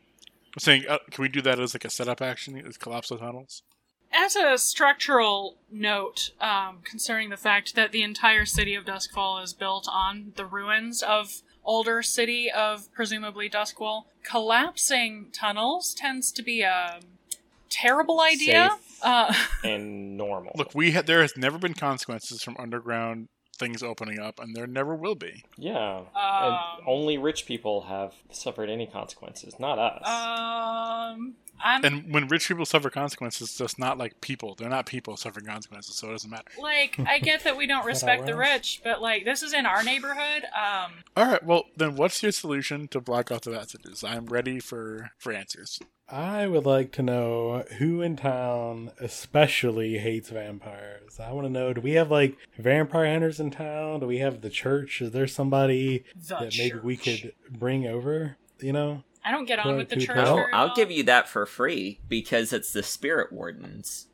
S4: I'm saying, uh, can we do that as like a setup action? Is collapse the tunnels?
S2: As a structural note um, concerning the fact that the entire city of Duskfall is built on the ruins of older city of presumably Duskwall, collapsing tunnels tends to be a terrible idea.
S3: Safe.
S2: Uh,
S3: And normal.
S4: Look, we ha- there has never been consequences from underground things opening up, and there never will be.
S3: Yeah.
S2: Um,
S3: and only rich people have suffered any consequences, not us.
S2: uh, Um, I'm
S4: And when rich people suffer consequences, it's just not like people. They're not people suffering consequences, so it doesn't matter.
S2: like, I get that we don't
S5: Is *laughs* that
S2: respect the
S5: our house?
S2: rich, but like, this is in our neighborhood. Um,
S4: All right, well then, what's your solution to block out the messages? I'm ready for for answers.
S5: I would like to know who in town especially hates vampires. I want to know do we have like vampire hunters in town? Do we have the church? Is there somebody
S2: the
S5: that maybe we
S2: church.
S5: could bring over? You know?
S2: I don't get on
S5: Well,
S2: with the
S5: to
S2: church.
S5: tell-
S1: I'll,
S2: very
S1: Oh, I'll
S2: well.
S1: give you that for free because it's the spirit wardens.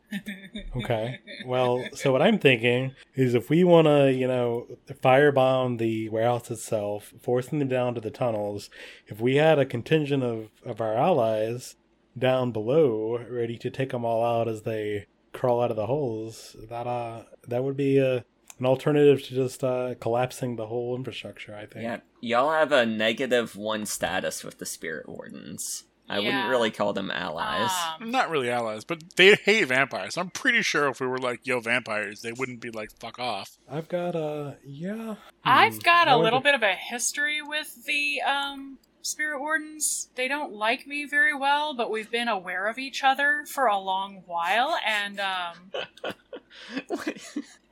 S5: Okay. Well, so what I'm thinking is if we want to, you know, firebomb the warehouse itself, forcing them down to the tunnels, if we had a contingent of, of our allies down below ready to take them all out as they crawl out of the holes, that uh, that would be uh an alternative to just uh, collapsing the whole infrastructure, I think.
S1: Yeah, y'all have a negative one status with the spirit wardens. I
S2: Yeah.
S1: wouldn't really call them allies.
S5: Mm,
S2: Um,
S4: Not really allies, but they hate vampires. I'm pretty sure if we were like, "Yo, vampires," they wouldn't be like, "Fuck off."
S5: I've got, uh, yeah. Hmm.
S2: I've got
S5: I
S2: a
S5: wonder-
S2: little bit of a history with the um spirit wardens. They don't like me very well, but we've been aware of each other for a long while, and um.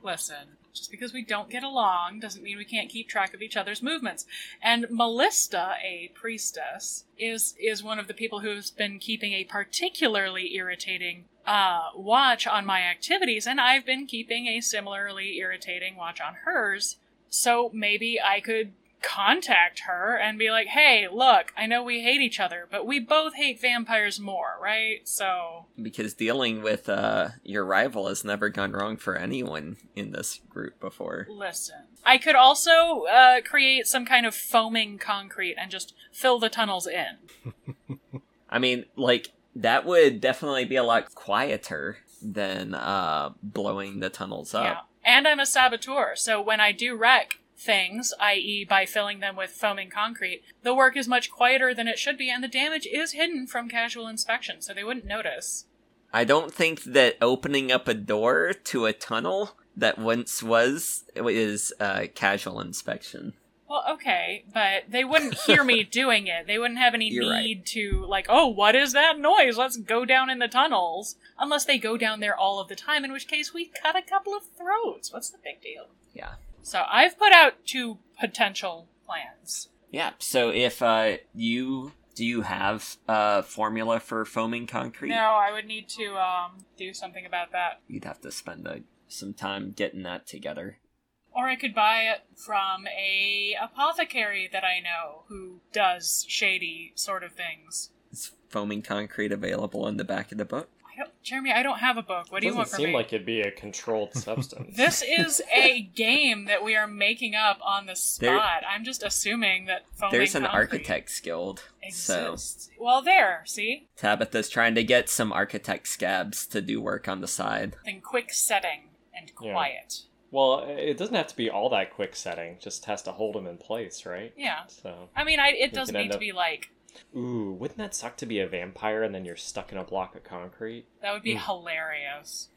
S2: Listen, just because we don't get along doesn't mean we can't keep track of each other's movements. And Melista, a priestess, is is one of the people who's been keeping a particularly irritating uh, watch on my activities, and I've been keeping a similarly irritating watch on hers. So maybe I could contact her and be like, "Hey, look, I know we hate each other, but we both hate vampires more, right?" So
S1: *laughs* because dealing with uh, your rival has never gone wrong for anyone in this group before.
S2: Listen, I could also uh, create some kind of foaming concrete and just fill the tunnels in.
S1: I mean, like that would definitely be a lot quieter than uh, blowing the tunnels
S2: Yeah.
S1: up.
S2: And I'm a saboteur, so when I do wreck things, i.e., by filling them with foaming concrete, the work is much quieter than it should be, and the damage is hidden from casual inspection, so they wouldn't notice.
S1: I don't think that opening up a door to a tunnel that once was is uh, casual inspection.
S2: Well, okay, but they wouldn't hear me doing it. They wouldn't have any
S1: You're right.
S2: need to, like, oh, what is that noise? Let's go down in the tunnels. Unless they go down there all of the time, in which case we cut a couple of throats. What's the big deal?
S1: Yeah.
S2: So I've put out two potential plans.
S1: Yeah. So if uh, you do you have a formula for foaming concrete?
S2: No, I would need to um, do something about that.
S1: You'd have to spend uh some time getting that together.
S2: Or I could buy it from a apothecary that I know who does shady sort of things.
S1: Is foaming concrete available in the back of the book?
S2: I don't, Jeremy, I don't have a book. What do you
S3: doesn't
S2: want from
S3: seem
S2: me?
S3: like it'd be a controlled substance.
S1: *laughs*
S2: This is a game that we are making up on the spot. I'm just assuming that foaming
S1: There's an
S2: concrete
S1: architect's guild. So
S2: exists. Well, there, see,
S1: Tabitha's trying to get some architect scabs to do work on the side.
S2: then quick setting and
S3: Yeah.
S2: quiet.
S3: Well, it doesn't have to be all that quick setting. Just has to hold them in place, right?
S2: Yeah,
S3: So,
S2: I mean, I, it doesn't
S3: could
S2: need
S3: end
S2: to
S3: up-
S2: be like
S3: ooh, wouldn't that suck to be a vampire and then you're stuck in a block of concrete?
S2: that. Would be hilarious.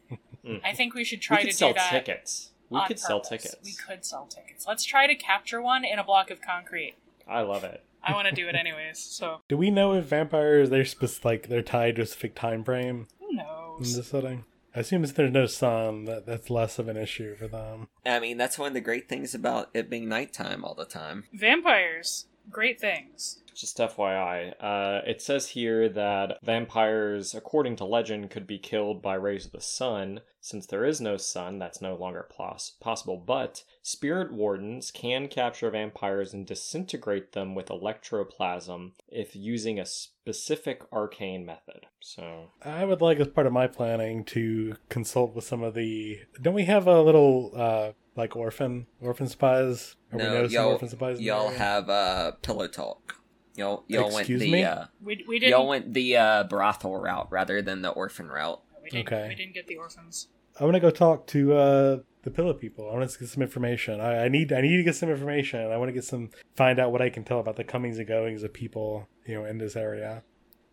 S3: Mm.
S2: I think we should try
S3: we could
S2: to
S3: sell
S2: do that.
S3: tickets. We
S2: on
S3: could sell
S2: purpose.
S3: tickets.
S2: We could sell tickets. Let's try to capture one in a block of concrete.
S3: I love it.
S2: I want to do
S3: *laughs*
S2: it anyways. So
S5: Do we know if vampires, they're spec- like, they're tied to a specific time frame?
S2: who knows?
S5: in
S3: Mm.
S5: this setting. I assume if there's no sun, that, that's less of an issue for them.
S1: I mean, that's one of the great things about it being nighttime all the time.
S2: Vampires, great things.
S3: Just FYI, uh, it says here that vampires, according to legend, could be killed by rays of the sun. Since there is no sun, that's no longer pos- possible. But spirit wardens can capture vampires and disintegrate them with electroplasm if using a specific arcane method. So,
S5: I would like, as part of my planning, to consult with some of the. Don't we have a little uh, like orphan orphan supplies? we
S1: No, y'all,
S5: supplies. in the
S1: y'all
S5: area?
S1: have uh, pillow talk. Y'all, y'all went
S5: Excuse
S1: the
S5: me?
S1: uh,
S2: We, we didn't.
S1: y'all went the uh, brothel route rather than the orphan route.
S2: we didn't
S5: Okay.
S2: We didn't get the orphans.
S5: I'm gonna go talk to uh, the pillow people. I want to get some information. I, I need I need to get some information. I want to get some find out what I can tell about the comings and goings of people you know in this area.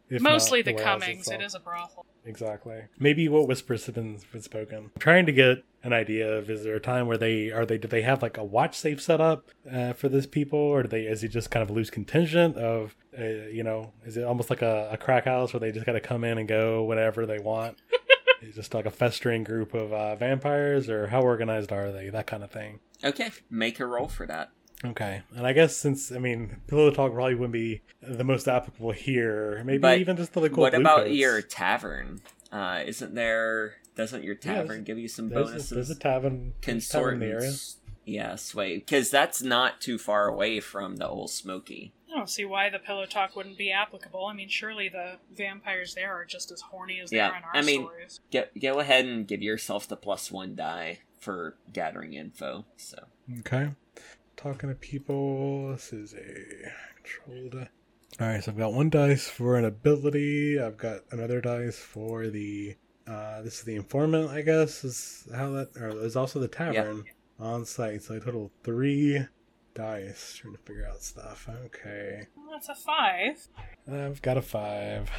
S5: If not
S2: Mostly the
S5: warehouse
S2: Cummings.
S5: itself.
S2: It is a brothel.
S5: Exactly. Maybe what whispers have been been spoken. trying to get an idea of is there a time where they are they do they have like a watch safe set up uh, for this people or do they is it just kind of a loose contingent of uh, you know is it almost like a, a crack house where they just got to come in and go whenever
S1: *laughs*
S5: they want? Is it just like a festering group of uh, vampires or how organized are they? That kind of thing.
S1: Okay, make a roll for that.
S5: Okay, and I guess since I mean pillow talk probably wouldn't be the most applicable here. Maybe
S1: But
S5: even just the like, cool
S1: what about
S5: glucose.
S1: your tavern? Uh, isn't there? Doesn't your
S5: Yeah,
S1: tavern give you some
S5: there's a,
S1: bonuses?
S5: there's a tavern there's a tavern in the area.
S1: Consortants. Yes, wait, because that's not too far away from the old Smoky.
S2: I don't see why the pillow talk wouldn't be applicable. I mean, surely the vampires there are just as horny as
S1: Yeah,
S2: they are in our
S1: I mean-
S2: stories.
S1: Go, go ahead and give yourself the plus one die for gathering info. So
S5: Okay. Talking to people. This is a controlled. uh, All right, so I've got one dice for an ability. I've got another dice for the. Uh, this is the informant, I guess, is how that. Or there's also the tavern on site. So I total three dice trying to figure out stuff. Okay.
S2: Well, that's a five.
S5: I've got a five.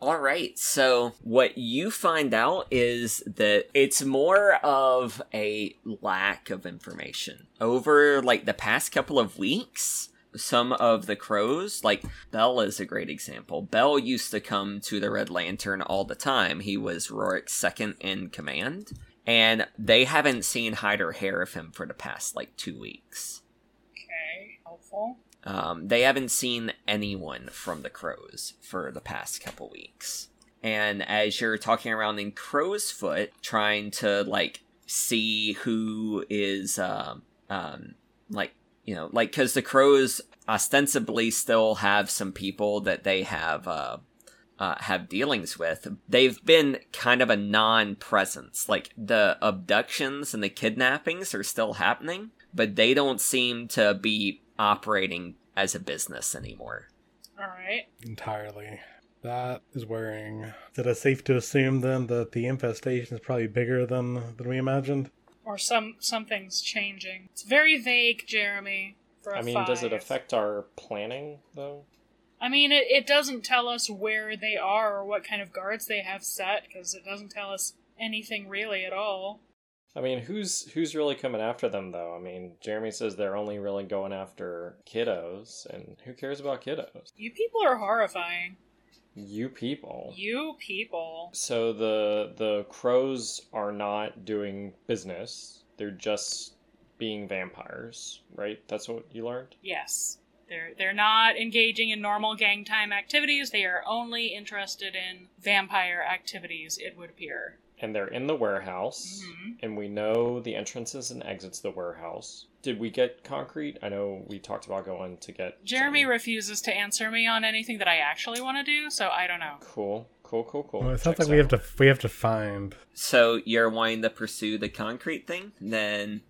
S1: All right. So what you find out is that it's more of a lack of information. Over like the past couple of weeks, some of the crows, like Bell is a great example. Bell used to come to the Red Lantern all the time. He was Rorik's second in command, and they haven't seen hide or hair of him for the past like 2 weeks.
S2: Okay, helpful.
S1: Um, they haven't seen anyone from the crows for the past couple weeks. And as you're talking around in Crow's Foot, trying to like see who is, um, um, like you know, like because the crows ostensibly still have some people that they have, uh, uh, have dealings with. They've been kind of a non-presence. Like the abductions and the kidnappings are still happening, but they don't seem to be operating as a business anymore.
S2: All right.
S5: Entirely. That is worrying. Is it safe to assume then that the infestation is probably bigger than than we imagined?
S2: Or some something's changing. It's very vague, Jeremy. For a
S3: I mean, does it
S2: five.
S3: affect our planning though?
S2: I mean, it, it doesn't tell us where they are or what kind of guards they have set because it doesn't tell us anything really at all.
S3: I mean, who's who's really coming after them though? I mean, Jeremy says they're only really going after kiddos, and who cares about kiddos?
S2: You people are horrifying.
S3: You people.
S2: You people.
S3: So the the crows are not doing business. They're just being vampires, right? That's what you learned.
S2: Yes. They're they're not engaging in normal gang time activities. They are only interested in vampire activities, it would appear.
S3: And they're in the warehouse,
S2: Mhm.
S3: and we know the entrances and exits to the warehouse. Did we get concrete? I know we talked about going to get
S2: Jeremy
S3: some-
S2: refuses to answer me on anything that I actually want to do, so I don't know.
S3: Cool, cool, cool, cool.
S5: Well, it sounds
S3: Checks
S5: like we have
S3: out.
S5: to we have to find.
S1: So you're wanting to pursue the concrete thing? Then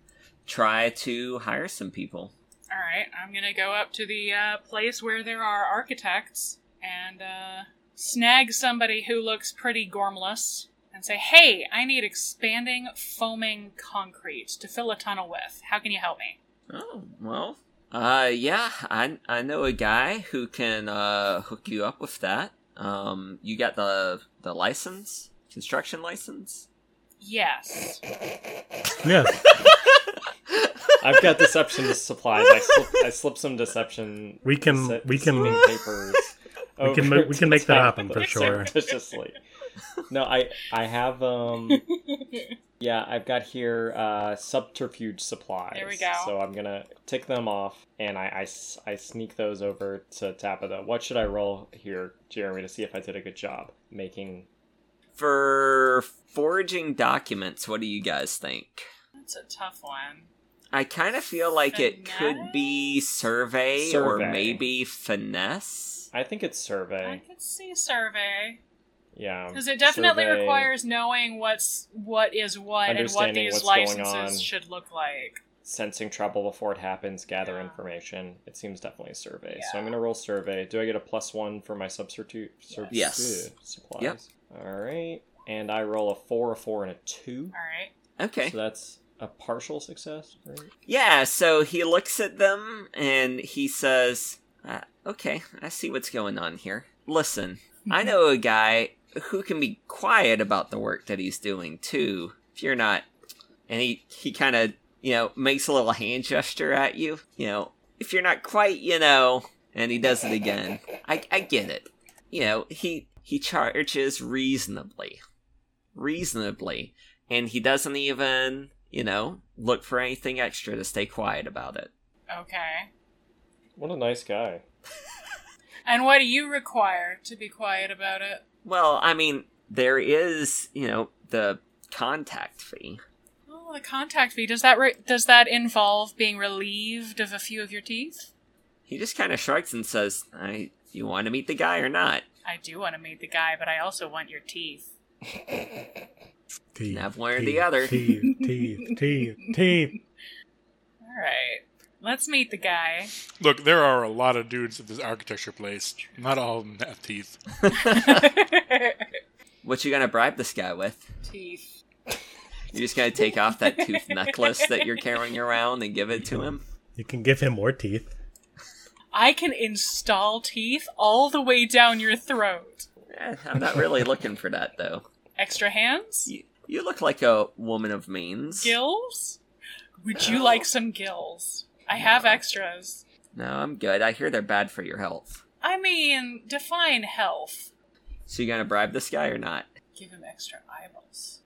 S1: try to hire some people.
S2: All right, I'm gonna go up to the uh, place where there are architects and uh, snag somebody who looks pretty gormless and say, "Hey, I need expanding foaming concrete to fill a tunnel with. How can you help me?"
S1: Oh, well. Uh yeah, I I know a guy who can uh hook you up with that. Um you got the the license? Construction license?
S2: Yes.
S5: Yes,
S3: I've got deception supplies. I, slip, I slip some deception.
S5: *laughs* We can-
S3: dece-
S5: we can-
S3: deception papers.
S5: we can mo- we can make that happen
S3: *laughs*
S5: for sure.
S3: Surreptitiously. No, I I have um yeah I've got here uh subterfuge supplies.
S2: There we go.
S3: So I'm gonna tick them off, and I I s- I sneak those over to Tapita. What should I roll here, Jeremy, to see if I did a good job making?
S1: For forging documents, what do you guys think?
S2: That's a tough one.
S1: I kind of feel like it could be survey,
S3: Survey.
S1: or maybe finesse.
S3: I think it's
S2: I
S3: survey.
S2: could see survey
S3: Yeah.
S2: because it definitely
S3: Um, survey.
S2: requires knowing what's what is what and what
S3: Understanding
S2: these
S3: what's going on.
S2: licenses should look like.
S3: sensing trouble before it happens, gather
S2: Yeah.
S3: information. It seems definitely a survey. So
S2: Yeah.
S3: I'm gonna roll survey. Do I get a plus one for my substitute sur-
S1: Yes.
S3: uh, supplies?
S1: Yep.
S3: All right, and I roll a four, a four, and a two.
S2: All right.
S1: Okay.
S3: So that's a partial success. Right?
S1: Yeah, so he looks at them and he says, uh, Okay, I see what's going on here. Listen, I know a guy who can be quiet about the work that he's doing too. If you're not, and he he kind of you know makes a little hand gesture at you. You know, if you're not quite, you know, and he does it again. I I get it. You know, he he charges reasonably, reasonably, and he doesn't even you know look for anything extra to stay quiet about it.
S2: Okay.
S3: What a nice guy. *laughs*
S2: And what do you require to be quiet about it?
S1: Well, I mean, there is you know the contact fee.
S2: Oh, the contact fee. Does that re- does that involve being relieved of a few of your teeth?
S1: He just kind of shrugs and says, "I you want to meet the guy or not?"
S2: I do want to meet the guy, but I also want your teeth.
S5: *laughs* Teeth,
S1: Have one or the other.
S5: Teeth,
S1: *laughs*
S5: teeth, teeth, teeth.
S2: All right. Let's meet the
S3: *laughs*
S2: guy. *laughs*
S4: Look, there are a lot of dudes at this architecture place. Not all of them have teeth.
S1: What you gonna bribe this guy with?
S2: teeth.
S1: You're just gonna take off that tooth necklace that you're carrying around and give it to him?
S5: You can give him more teeth.
S2: I can install teeth all the way down your throat.
S1: Eh, I'm not really looking for that though.
S2: Extra hands?
S1: You, you look like a woman of means.
S2: Gills? Would you like some gills? I have extras.
S1: No, I'm good. I hear they're bad for your health.
S2: I mean, define health.
S1: So you gonna bribe this guy or not?
S2: Give him extra eyeballs.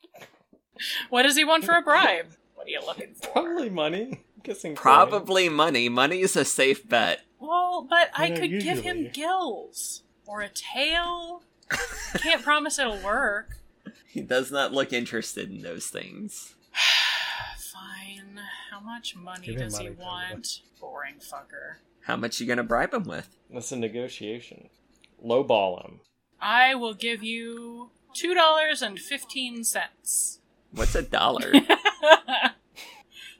S5: *laughs*
S2: what does he want for a bribe? What are you looking for?
S3: Probably money. *laughs* I'm guessing coin.
S1: Probably money. Money is a safe bet.
S2: Well, but I
S5: Yeah,
S2: could give him
S5: usually.
S2: gills or a tail. Can't promise it'll work.
S1: He does not look interested in those things.
S2: Fine. How much money
S5: Give him
S2: does he
S5: money, Tony.
S2: want? Boring fucker.
S1: How much you gonna bribe him with?
S3: That's a negotiation. Lowball him.
S2: I will give you two dollars and fifteen cents.
S1: What's a
S4: *laughs*
S1: dollar?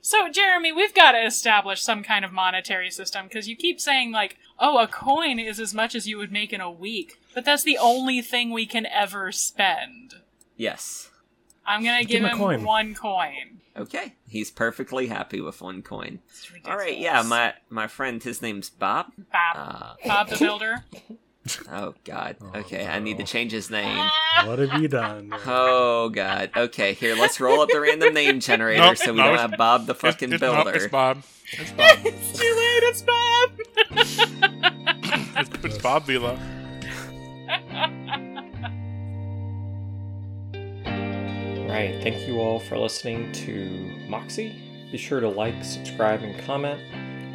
S2: So, Jeremy, we've got to establish some kind of monetary system because you keep saying, like, oh, a coin is as much as you would make in a week, but that's the only thing we can ever spend.
S1: yes.
S2: I'm going to
S5: Give
S2: give
S5: him a
S2: him
S5: coin.
S2: one coin.
S1: Okay. He's perfectly happy with one coin.
S2: It's
S1: All right.
S2: ridiculous.
S1: Yeah. My my friend, his name's Bob.
S2: Bob,
S1: Uh,
S2: Bob the
S1: *laughs*
S2: Builder.
S1: Oh God.
S5: Oh,
S1: Okay, I need to
S5: no.
S1: change his name.
S5: What have
S1: *laughs*
S5: you done?
S1: Oh God. Okay, here let's roll up the random name generator
S4: Nope,
S1: so we
S4: *laughs* no,
S1: don't
S4: it's-
S1: have Bob the fucking
S4: it's, it's, nope,
S1: builder.
S4: it's Bob. It's Bob.
S2: it's too late, it's Bob!
S4: it's, it's Bob Vila.
S3: Right. Thank you all for listening to Moxie. Be sure to like, subscribe, and comment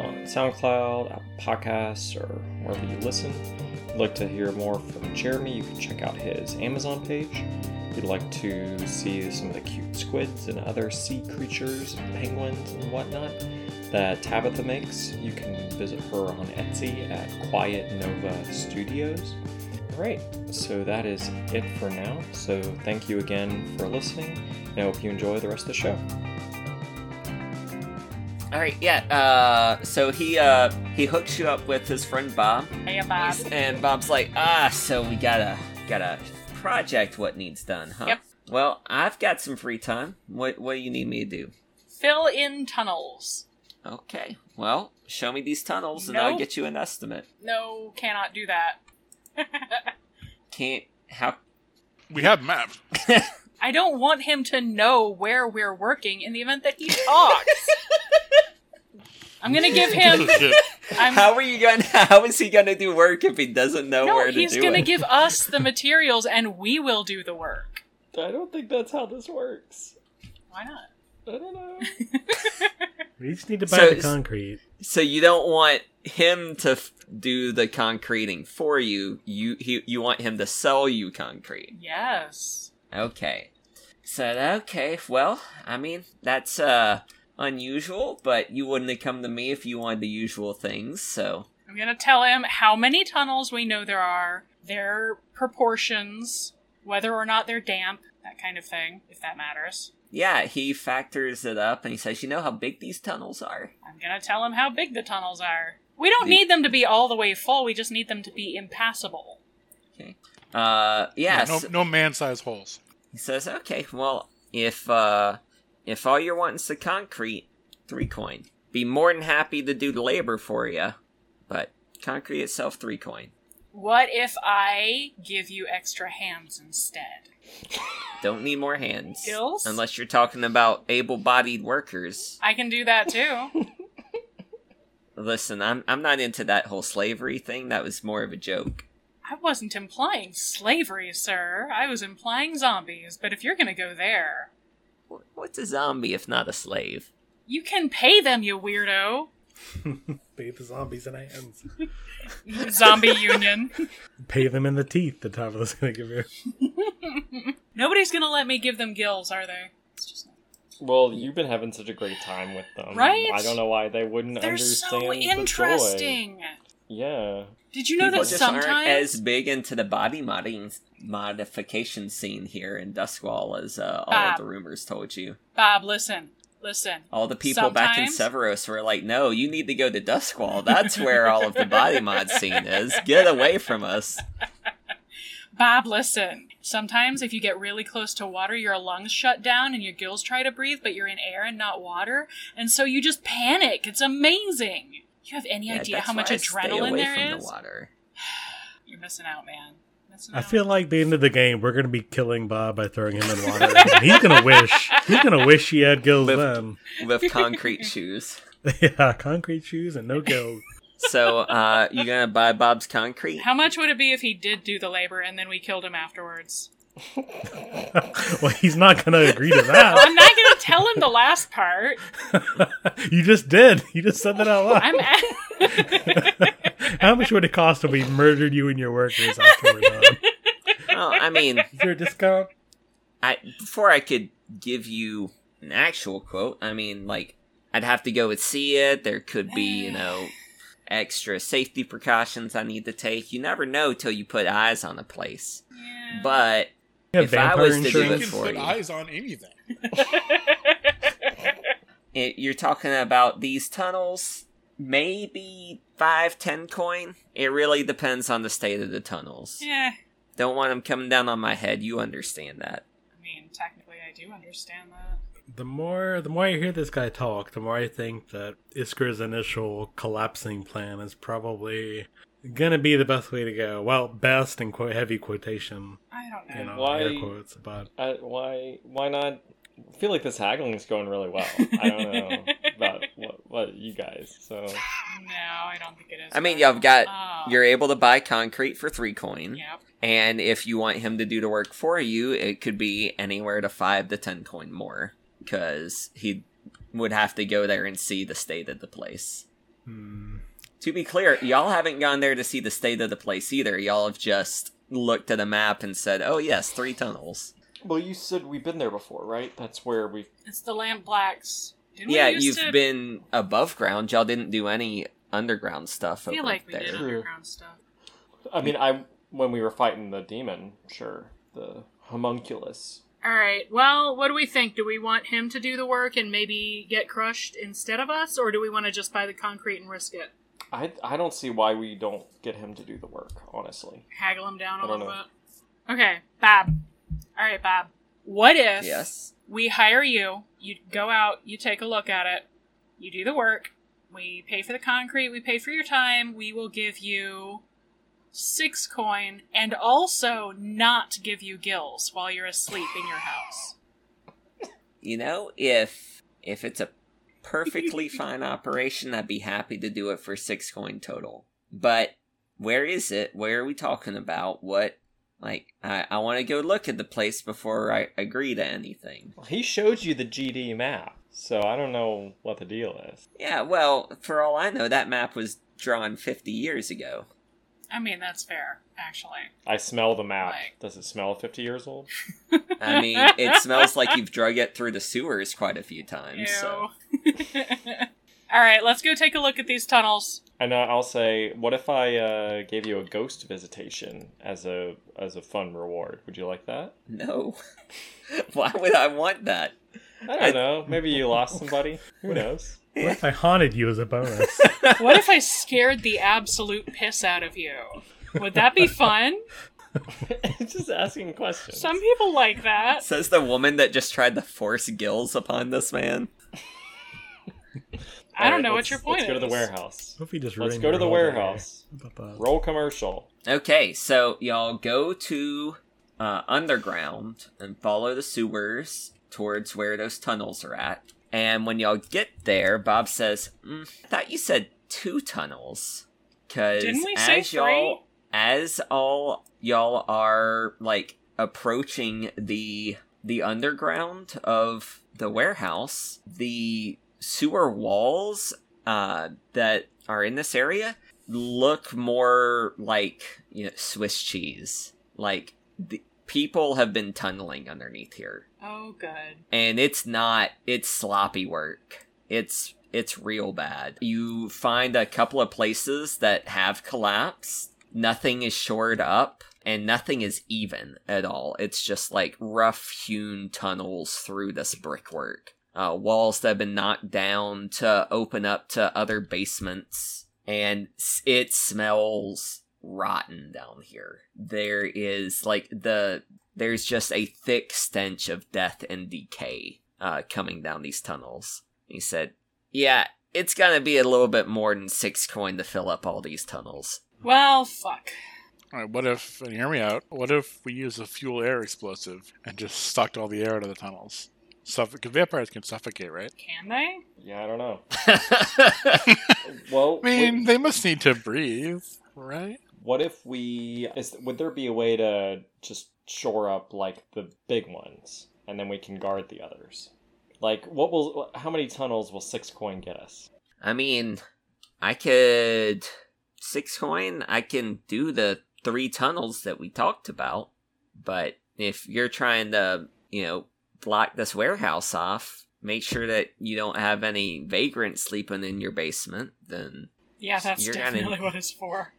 S3: on SoundCloud, Apple Podcasts, or wherever you listen. If you'd like to hear more from Jeremy, you can check out his Amazon page. If you'd like to see some of the cute squids and other sea creatures, penguins, and whatnot that Tabitha makes, you can visit her on Etsy at Quiet Nova Studios. All right, so that is it for now. So thank you again for listening, and I hope you enjoy the rest of the show.
S1: All right. Yeah. Uh, so he uh, he hooks you up with his friend Bob,
S2: Hey, Bob.
S1: and Bob's like, ah, so we got a got a project what needs done, huh?
S2: Yep.
S1: Well, I've got some free time. What what do you need me to do?
S2: Fill in tunnels.
S1: Okay. Well, show me these tunnels and I'll
S2: Nope.
S1: get you an estimate.
S2: No, cannot do that.
S1: Can't how
S4: We have maps.
S2: I don't want him to know where we're working in the event that he
S1: *laughs*
S2: talks. I'm gonna give him.
S4: *laughs* Shit.
S2: I'm,
S1: how are you going? to *laughs* How is he going to do work if he doesn't know
S2: no,
S1: where to
S2: he's
S1: do
S2: gonna
S1: it?
S2: give us the materials, and we will do the work.
S3: I don't think that's how this works.
S2: Why not?
S3: I
S2: *laughs*
S3: don't know.
S5: We just need to
S1: So
S5: buy the
S1: it's-
S5: *laughs* concrete.
S1: So you don't want him to f- do the concreting for you. You he, you want him to sell you concrete.
S2: Yes.
S1: Okay. So okay, well, I mean that's uh unusual, but you wouldn't have come to me if you wanted the usual things. So
S2: I'm gonna tell him how many tunnels we know there are, their proportions, whether or not they're damp, that kind of thing, if that matters.
S1: yeah, he factors it up and he says, "You know how big these tunnels are."
S2: I'm gonna tell him how big the tunnels are. We don't
S1: The-
S2: need them to be all the way full. We just need them to be impassable.
S1: Uh, yes.
S4: No, no man-sized holes.
S1: He says, "Okay, well, if uh, if all you're wanting's the concrete, three coin. Be more than happy to do the labor for you, but concrete itself, three coin.
S2: What if I give you extra hands instead?
S1: Don't need more hands.
S2: Skills?
S1: Unless you're talking about able bodied workers.
S2: I can do that too.
S1: Listen, I'm, I'm not into that whole slavery thing. That was more of a joke.
S2: I wasn't implying slavery, sir. I was implying zombies, but if you're gonna go there,
S1: Wh- What's a zombie if not a slave?
S2: you can pay them, you weirdo.
S5: Pay the zombies in hands.
S1: *laughs*
S2: Zombie union. *laughs*
S5: Pay them in the teeth, the top of this gonna give you.
S2: Nobody's gonna let me give them gills, are they? It's just
S3: Well, you've been having such a great time with them,
S2: Right?
S3: I don't know why they wouldn't
S2: They're
S3: understand.
S2: so
S3: the joy.
S2: interesting.
S3: Yeah,
S2: Did you know
S1: People
S2: that
S1: just aren't
S2: sometimes
S1: as big into the body modding modification scene here in Duskwall as uh, all
S2: Bob.
S1: of the rumors told you.
S2: Bob, listen, listen.
S1: All the people back in
S2: Sometimes-
S1: Severos were like, "No, you need to go to
S2: *laughs*
S1: Duskwall. That's where all of the body mod scene is. Get away from us."
S2: Bob, listen. Sometimes if you get really close to water, your lungs shut down and your gills try to breathe, but you're in air and not water, and so you just panic. It's amazing. You have any
S1: Yeah,
S2: idea
S1: that's
S2: how much
S1: why I stay
S2: adrenaline
S1: away
S2: there
S1: from
S2: is?
S1: the water.
S2: You're missing out, man. Missing
S5: I
S2: out.
S5: feel like the end of the game, we're gonna be killing Bob by throwing him in water.
S1: *laughs*
S5: And he's gonna wish. He's gonna wish he had gills
S1: Lift.
S5: then.
S1: with
S2: *laughs*
S1: concrete shoes.
S5: *laughs* yeah, concrete shoes and no gills.
S1: So, uh, you gonna buy Bob's concrete?
S2: How much would it be if he did do the labor and then we killed him
S5: *laughs*
S2: afterwards?
S5: *laughs* well, he's not gonna agree
S2: *laughs*
S5: to that.
S2: I'm not going to tell him the last part.
S5: you just did. You just said that out loud. *laughs*
S2: I'm.
S5: How much would it cost if we murdered you and your workers after we're done?
S1: Well, I mean,
S5: Is there a discount?
S1: I before I could give you an actual quote, I mean, like I'd have to go and see it. There could be, you know, extra safety precautions I need to take. You never know till you put eyes on a place.
S2: Yeah.
S1: But
S5: Yeah,
S1: If I was to do
S4: You
S1: it
S4: can
S1: for
S4: put
S1: you.
S4: eyes on anything.
S1: it, you're talking about these tunnels, maybe five, ten coin. It really depends on the state of the tunnels.
S2: yeah.
S1: Don't want them coming down on my head. You understand that?
S2: I mean, technically, I do understand that.
S5: The more the more I hear this guy talk, the more I think that Isker's initial collapsing plan is probably gonna be the best way to go. Well, best in quote heavy quotation,
S2: I don't know.
S5: you know,
S3: Why-
S5: air quotes, but
S3: I, why? Why not? I feel like this haggling is going really well.
S2: *laughs*
S3: I don't know about what, what you guys. So
S2: No, I don't think it is.
S1: I mean,
S2: Bob.
S1: y'all have got.
S2: Oh.
S1: You're able to buy concrete for three coin.
S2: Yep.
S1: And if you want him to do the work for you, it could be anywhere to five to ten coin more, because he would have to go there and see the state of the place.
S5: hmm,
S1: To be clear, y'all haven't gone there to see the state of the place either. Y'all have just looked at a map and said, "Oh yes, three tunnels."
S3: Well, you said we've been there before, right? That's where we've.
S2: It's the lamp blacks. Didn't
S1: yeah,
S2: we used
S1: you've
S2: to
S1: been above ground. Y'all didn't do any underground stuff
S2: I feel
S1: over
S2: like we
S1: there.
S2: did
S3: True.
S2: underground stuff.
S3: I mean, I when we were fighting the demon, sure, the homunculus.
S2: All right. Well, what do we think? Do we want him to do the work and maybe get crushed instead of us, or do we want to just buy the concrete and risk it?
S3: I I don't see why we don't get him to do the work. Honestly,
S2: Haggle him down a
S3: I don't
S2: little
S3: know.
S2: bit. Okay, Bob. All right, Bob. What if
S1: Yes.
S2: we hire you? You go out. You take a look at it. You do the work. We pay for the concrete. We pay for your time. We will give you six coin and also not give you gills while you're asleep in your house.
S1: you know if if it's a perfectly fine operation i'd be happy to do it for six coin total but where is it where are we talking about what like i, I want to go look at the place before i agree to anything
S3: he showed you the GD map, so I don't know what the deal is.
S1: yeah well for all i know that map was drawn 50 years ago
S2: I mean, that's fair, actually.
S3: I smell the map.
S2: Like-
S3: Does it smell fifty years old?
S1: i mean it smells like you've drug it through the sewers quite a few times so
S2: *laughs* All right, let's go take a look at these tunnels.
S3: And uh, I'll say, what if I uh, gave you a ghost visitation as a as a fun reward? Would you like that?
S1: no *laughs* why would i want that
S3: I don't know. Maybe you lost somebody. Who *laughs* knows?
S5: what if I haunted you as a bonus?
S2: What if I scared the absolute piss out of you? Would that be fun?
S3: Just asking questions.
S2: Some people like that.
S1: says the woman that just tried to force gills upon this man
S2: I don't
S3: Alright,
S2: know what
S3: let's-
S2: your point
S3: Let's go to the
S2: is.
S3: warehouse.
S5: Hope he just
S3: Let's
S5: ruined
S3: go to
S5: your
S3: the
S5: whole day.
S3: warehouse. Roll commercial.
S1: Okay, so y'all go to uh, underground and follow the sewers towards where those tunnels are at. And when y'all get there, Bob says, mm, "I thought you said two tunnels, because
S2: Didn't we say
S1: as y'all as all y'all are like approaching the the underground of the warehouse, the sewer walls uh, that are in this area look more like you know, Swiss cheese. Like the people have been tunneling underneath here,
S2: Oh, good.
S1: and it's not. It's sloppy work. It's it's real bad. You find a couple of places that have collapsed. Nothing is shored up, and nothing is even at all. It's just like rough hewn tunnels through this brickwork. Uh, walls that have been knocked down to open up to other basements and s- it smells rotten down here. There is like the there's just a thick stench of death and decay uh, coming down these tunnels. He said, "Yeah, it's gonna be a little bit more than six coin to fill up all these tunnels."
S2: Well, fuck.
S4: All right, what if, and hear me out, what if we use a fuel air explosive and just sucked all the air out of the tunnels? Because vampires can suffocate,
S5: *laughs*
S4: right?
S2: Can they?
S3: Yeah, I don't know.
S1: I
S3: Well,
S4: *laughs* I mean,
S3: would-
S4: they must need to breathe, right?
S3: what if we? Is, would there be a way to just shore up like the big ones, and then we can guard the others? Like, what will? How many tunnels will six coin get us?
S1: mean, I could six coin. I can do the three tunnels that we talked about, but if you're trying to, you know, block this warehouse off, make sure that you don't have any vagrants sleeping in your basement, then
S2: Yeah, that's
S1: You're gonna-
S2: definitely *laughs* what it's for.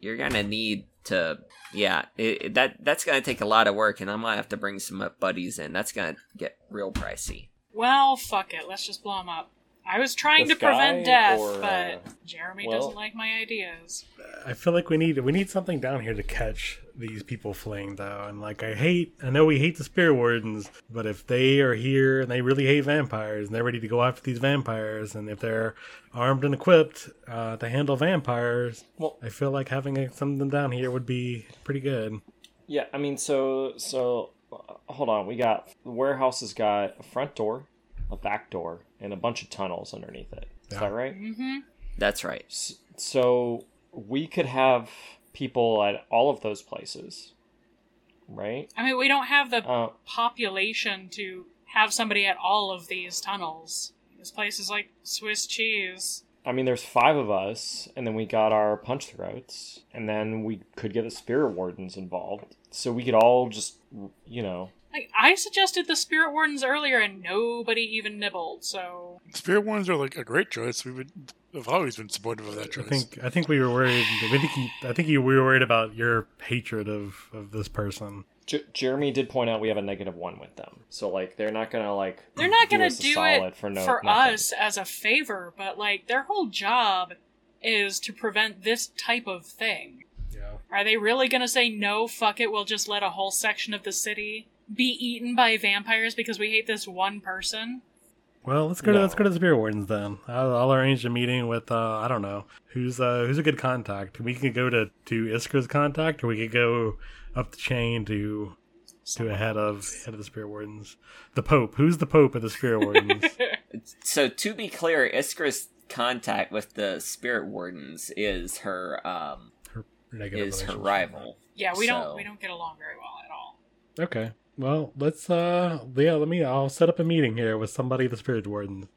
S1: you're gonna need to yeah it, it- that that's gonna take a lot of work and i'm gonna have to bring some uh, buddies in that's gonna get real pricey
S2: Well, fuck it. Let's just blow them up. I was trying
S3: This
S2: to prevent
S3: guy,
S2: death,
S3: or,
S2: but
S3: uh,
S2: Jeremy
S3: well-
S2: doesn't like my ideas.
S5: I feel like we need we need something down here to catch these people fleeing though. And like I hate I know we hate the spear wardens, but if they are here and they really hate vampires and they're ready to go after these vampires and if they're armed and equipped uh, to handle vampires,
S3: Well-
S5: I feel like having uh, something down here would be pretty good.
S3: Yeah, I mean, so so uh, hold on. We got the warehouse has got a front door, a back door, and a bunch of tunnels underneath it. Is
S5: Yeah.
S3: that right?
S2: Mm-hmm.
S1: that's right
S3: S- So we could have people at all of those places, right?
S2: I mean, we don't have the
S3: Uh,
S2: population to have somebody at all of these tunnels. This place is like Swiss cheese.
S3: I mean, there's five of us, and then we got our punch throats, and then we could get the spirit wardens involved, so we could all just, you know,
S2: Like I suggested the spirit wardens earlier, and nobody even nibbled. So
S4: Spirit ones are like a great choice. We would have always been supportive of that choice.
S5: I think I think we were worried I think you, I think you we were worried about your hatred of, of this person.
S3: J- Jeremy did point out we have a negative one with them, so like they're not gonna like
S2: they're not
S3: do
S2: gonna
S3: us a
S2: do
S3: solid
S2: it
S3: for, no,
S2: for
S3: nothing.
S2: us as a favor, but like their whole job is to prevent this type of thing.
S5: Yeah.
S2: Are they really gonna say no? Fuck it, we'll just let a whole section of the city be eaten by vampires because we hate this one person.
S5: Well, let's go to
S3: No.
S5: let's go to the beer wardens then. I'll, I'll arrange a meeting with uh, I don't know who's uh, who's a good contact. We could go to to Iskra's contact, or we could go up the chain to to a head of head of the spear wardens. The Pope. Who's the Pope of the spear wardens?
S1: so to be clear iskra's contact with the spirit wardens is her um
S5: Negative
S1: is her
S5: relationship.
S1: rival
S2: Yeah, we
S1: So-
S2: don't we don't get along very well at all.
S5: Okay. Well, let's uh yeah. Let me. I'll set up a meeting here with somebody of the spirit wardens.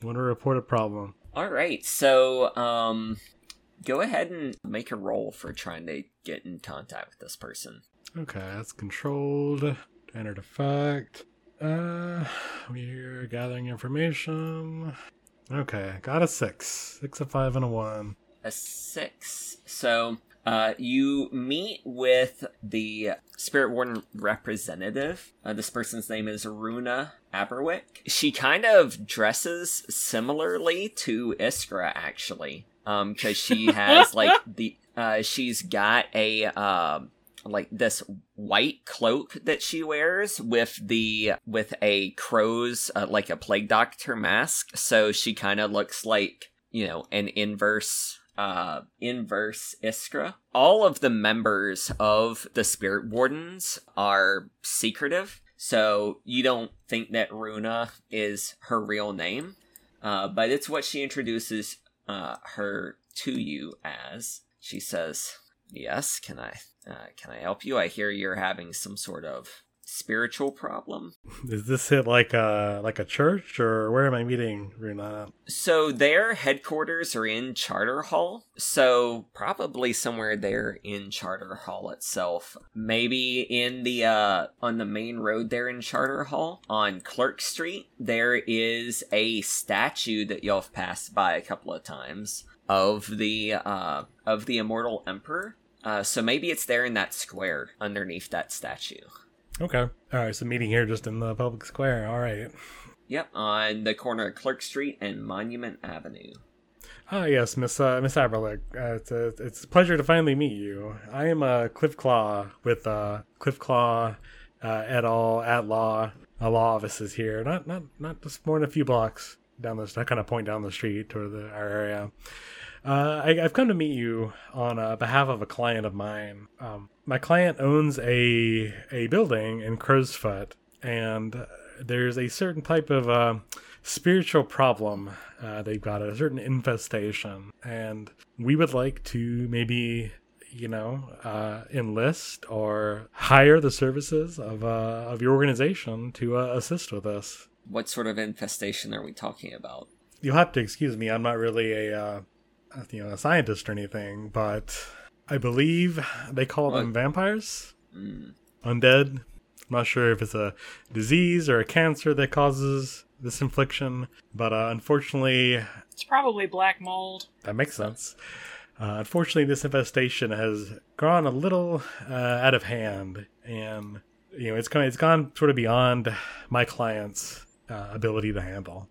S5: Want to report a problem?
S1: all right so um go ahead and make a roll for trying to get in contact with this person
S5: Okay, that's controlled. Enter to fact. Uh, we're gathering information. Okay, got a six, six, a five, and a one.
S1: a six. So uh, you meet with the Spirit Warden representative. Uh, this person's name is Runa Aberwick. She kind of dresses similarly to Iskra, actually, because she has like the uh, she's got a um like this white cloak that she wears with the with a crow's uh, like a plague doctor mask so she kind of looks like you know an inverse uh inverse iskra all of the members of the spirit wardens are secretive so you don't think that runa is her real name uh, but it's what she introduces uh, her to you as she says yes can i uh, can I help you? I hear you're having some sort of spiritual problem.
S5: Is this at like a like a church or where am I meeting Runa?
S1: So their headquarters are in Charter Hall. So probably somewhere there in Charter Hall itself. Maybe in the uh on the main road there in Charter Hall on Clerk Street, there is a statue that y'all have passed by a couple of times of the uh of the immortal emperor uh, so maybe it's there in that square underneath that statue.
S5: Okay. All right. So meeting here just in the public square. All right.
S1: Yep, on the corner of Clerk Street and Monument Avenue.
S5: Ah, yes, Miss uh, Miss Aberlick. Uh, it's a it's a pleasure to finally meet you. I am uh, Cliff Claw with uh, Cliff Claw uh, et al. at law. A law office is here. Not not not just more than a few blocks down this. I kind of point down the street toward the, our area. Uh, I, I've come to meet you on uh, behalf of a client of mine. Um, my client owns a a building in Crowsfoot, and uh, there's a certain type of uh, spiritual problem uh, they've got, a certain infestation, and we would like to maybe you know uh, enlist or hire the services of uh, of your organization to uh, assist with this.
S1: What sort of infestation are we talking about?
S5: You'll have to excuse me. I'm not really a uh, you know a scientist or anything, but I believe they call them
S1: What?
S5: vampires,
S1: Mm.
S5: undead. I'm not sure if it's a disease or a cancer that causes this infliction, but uh, unfortunately,
S2: It's probably black mold.
S5: that makes sense. Uh, unfortunately, this infestation has gone a little uh, out of hand, and you know it's gone it's gone sort of beyond my client's uh, ability to handle.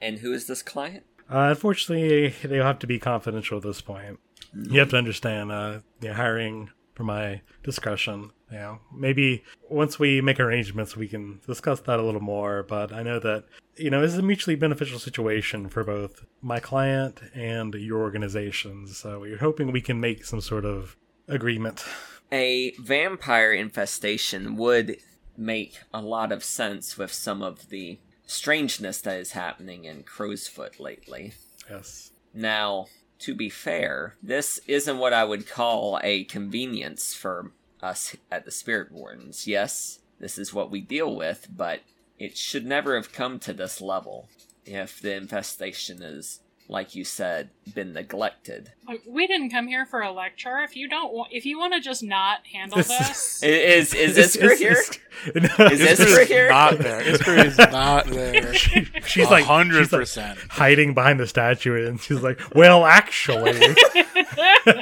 S1: And who is this client?
S5: Uh, unfortunately, they'll have to be confidential at this point. You have to understand, uh, the hiring for my discretion. You know, maybe once we make arrangements, we can discuss that a little more. But I know that you know this is a mutually beneficial situation for both my client and your organization. So we're hoping we can make some sort of agreement.
S1: A vampire infestation would make a lot of sense with some of the strangeness that is happening in Crowsfoot lately.
S5: Yes.
S1: Now, to be fair, this isn't what I would call a convenience for us at the Spirit Wardens. Yes, this is what we deal with, but it should never have come to this level if the infestation is, like you said, been neglected.
S2: Like, we didn't come here for a lecture. If you don't want, if you want to just not handle
S5: This-
S2: this,
S1: I- Is *laughs* is this
S5: It's-
S1: for here?
S5: it's-
S1: Is this
S4: Iskra
S1: for here?
S4: not there. Iskra
S5: *laughs*
S4: is not there.
S1: *laughs*
S5: she's like
S4: hundred
S5: she's like
S4: percent.
S5: hiding behind the statue, and she's like, "Well, actually." *laughs*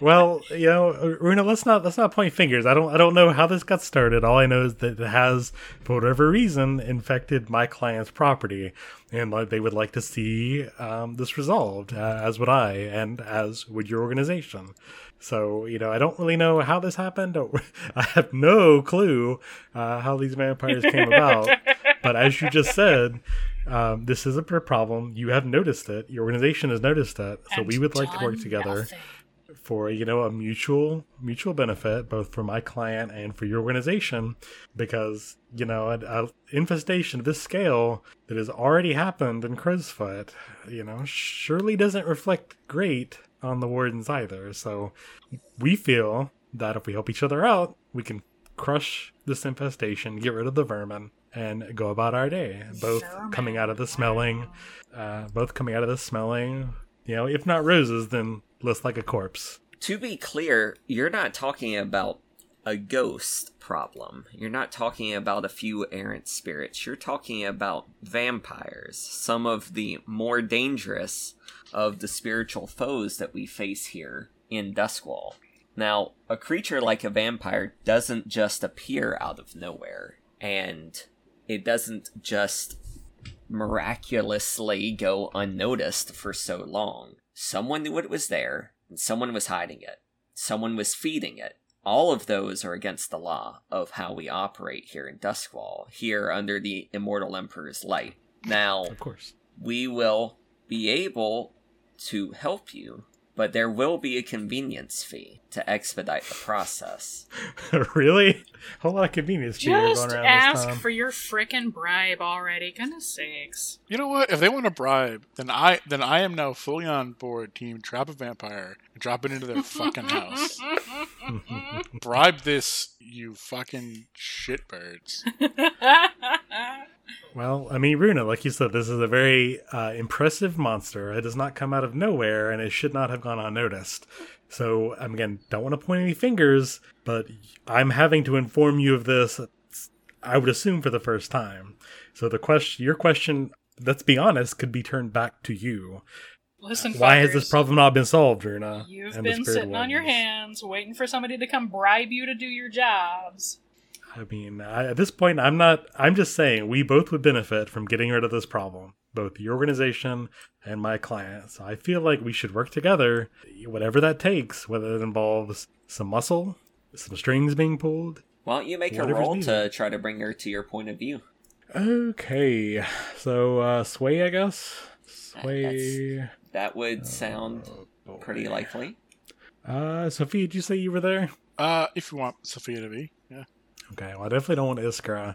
S5: Well, you know, Runa, let's not let's not point fingers. I don't I don't know how this got started. All I know is that it has, for whatever reason, infected my client's property, and like they would like to see um, this resolved, uh, as would I, and as would your organization. So you know, I don't really know how this happened. *laughs* Or I have no clue uh, how these vampires came *laughs* about. But as you just said, um, this is a pr- problem. You have noticed it. Your organization has noticed it.
S2: *laughs*
S5: So
S2: and
S5: we would like to work
S2: done
S5: together
S2: nothing.
S5: for you know a mutual mutual benefit both for my client and for your organization because you know an a infestation of this scale that has already happened in crowsfoot you know surely doesn't reflect great on the wardens either so we feel that if we help each other out we can crush this infestation get rid of the vermin and go about our day both coming out of the smelling uh, both coming out of the smelling you know if not roses then less like a corpse
S1: To be clear, you're not talking about a ghost problem. You're not talking about a few errant spirits. You're talking about vampires, some of the more dangerous of the spiritual foes that we face here in Duskwall. Now, a creature like a vampire doesn't just appear out of nowhere, and it doesn't just miraculously go unnoticed for so long. Someone knew it was there, and someone was hiding it. Someone was feeding it. all of those are against the law of how we operate here in Duskwall, here under the Immortal Emperor's light. Now,
S6: Of course.
S1: we will be able to help you, but there will be a convenience fee to expedite the process.
S5: *laughs* really? Whole lot of convenience to you
S2: Just
S5: going around
S2: ask
S5: this time.
S2: for your frickin' bribe already. Goodness sakes.
S4: You know what? If they want to bribe, then I then I am now fully on board Team Trap a Vampire and drop it into their fucking house. Bribe this, you fucking shitbirds.
S5: Well, I mean, Runa, like you said, this is a very uh, impressive monster. It does not come out of nowhere, and it should not have gone unnoticed. So, um, again, don't want to point any fingers, but I'm having to inform you of this. I would assume for the first time. So the question, your question, let's be honest, could be turned back to you.
S2: *laughs* Listen,
S5: Why has
S2: fuckers,
S5: this problem not been solved, Runa?
S2: You've
S5: and the
S2: been
S5: Spirit
S2: sitting on your
S5: Warriors?
S2: hands, waiting for somebody to come bribe you to do your jobs.
S5: I mean, I, at this point, I'm not. I'm just saying we both would benefit from getting rid of this problem, both your organization and my client. So I feel like we should work together, whatever that takes, whether it involves some muscle, some strings being pulled.
S1: Why don't you make a
S5: Whatever's
S1: roll to
S5: needed.
S1: try to bring her to your point of view?
S5: Okay, so uh, sway, I guess. Sway. oh,
S1: That would sound pretty likely.
S5: Uh, Sophie, did you say you were there?
S4: Uh, if you want Sophia to be, yeah,
S5: Okay, well, I definitely don't want Iskra. I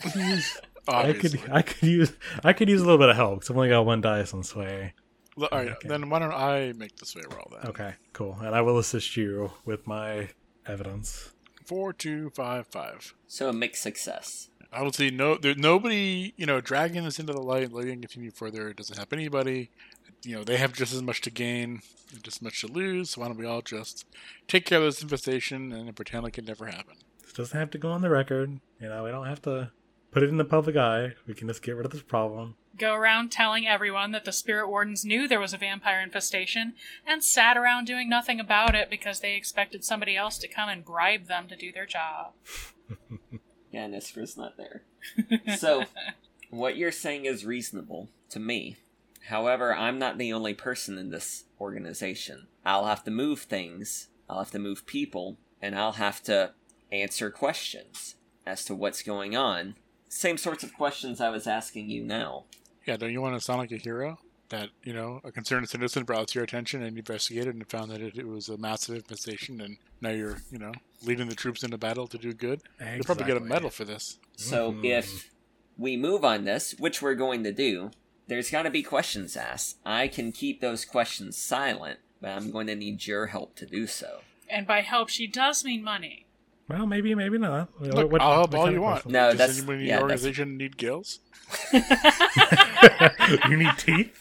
S1: *laughs*
S5: could use. I
S4: obviously.
S5: could. I could use. I could use a little bit of help because I've only got one dice on sway.
S4: All right,
S5: okay.
S4: then why don't I make this way roll then?
S5: Okay, cool. And I will assist you with my evidence.
S4: Four, two, five, five.
S1: So a mixed success.
S4: I don't see no. There, nobody, you know, dragging this into the light, letting it continue further. It doesn't help anybody. You know, they have just as much to gain, just as much to lose. So why don't we all just take care of this infestation and pretend like it never happened?
S5: This doesn't have to go on the record. You know, we don't have to put it in the public eye. We can just get rid of this problem.
S2: Go around telling everyone that the spirit wardens knew there was a vampire infestation and sat around doing nothing about it because they expected somebody else to come and bribe them to do their job.
S1: Yeah, Nisra's not there. so, what you're saying is reasonable to me. However, I'm not the only person in this organization. I'll have to move things, I'll have to move people, and I'll have to answer questions as to what's going on. Same sorts of questions I was asking you now.
S4: Yeah, don't you want to sound like a hero? That you know, a concerned citizen brought to your attention and you investigated and found that it, it was a massive infestation, and now you're, you know, leading the troops into battle to do good. You'll probably get a
S5: Exactly.
S4: medal for this.
S1: So,
S5: Mhm.
S1: if we move on this, which we're going to do, there's got to be questions asked. I can keep those questions silent, but I'm going to need your help to do so.
S2: And by help, she does mean money.
S5: Well, maybe, maybe not.
S4: Look, I'll help all
S5: kind
S4: you
S5: of
S4: want.
S1: No,
S4: Does
S1: that's-
S4: anybody in
S1: yeah,
S4: your
S1: that's-
S4: organization need gills?
S5: question? *laughs* you need teeth?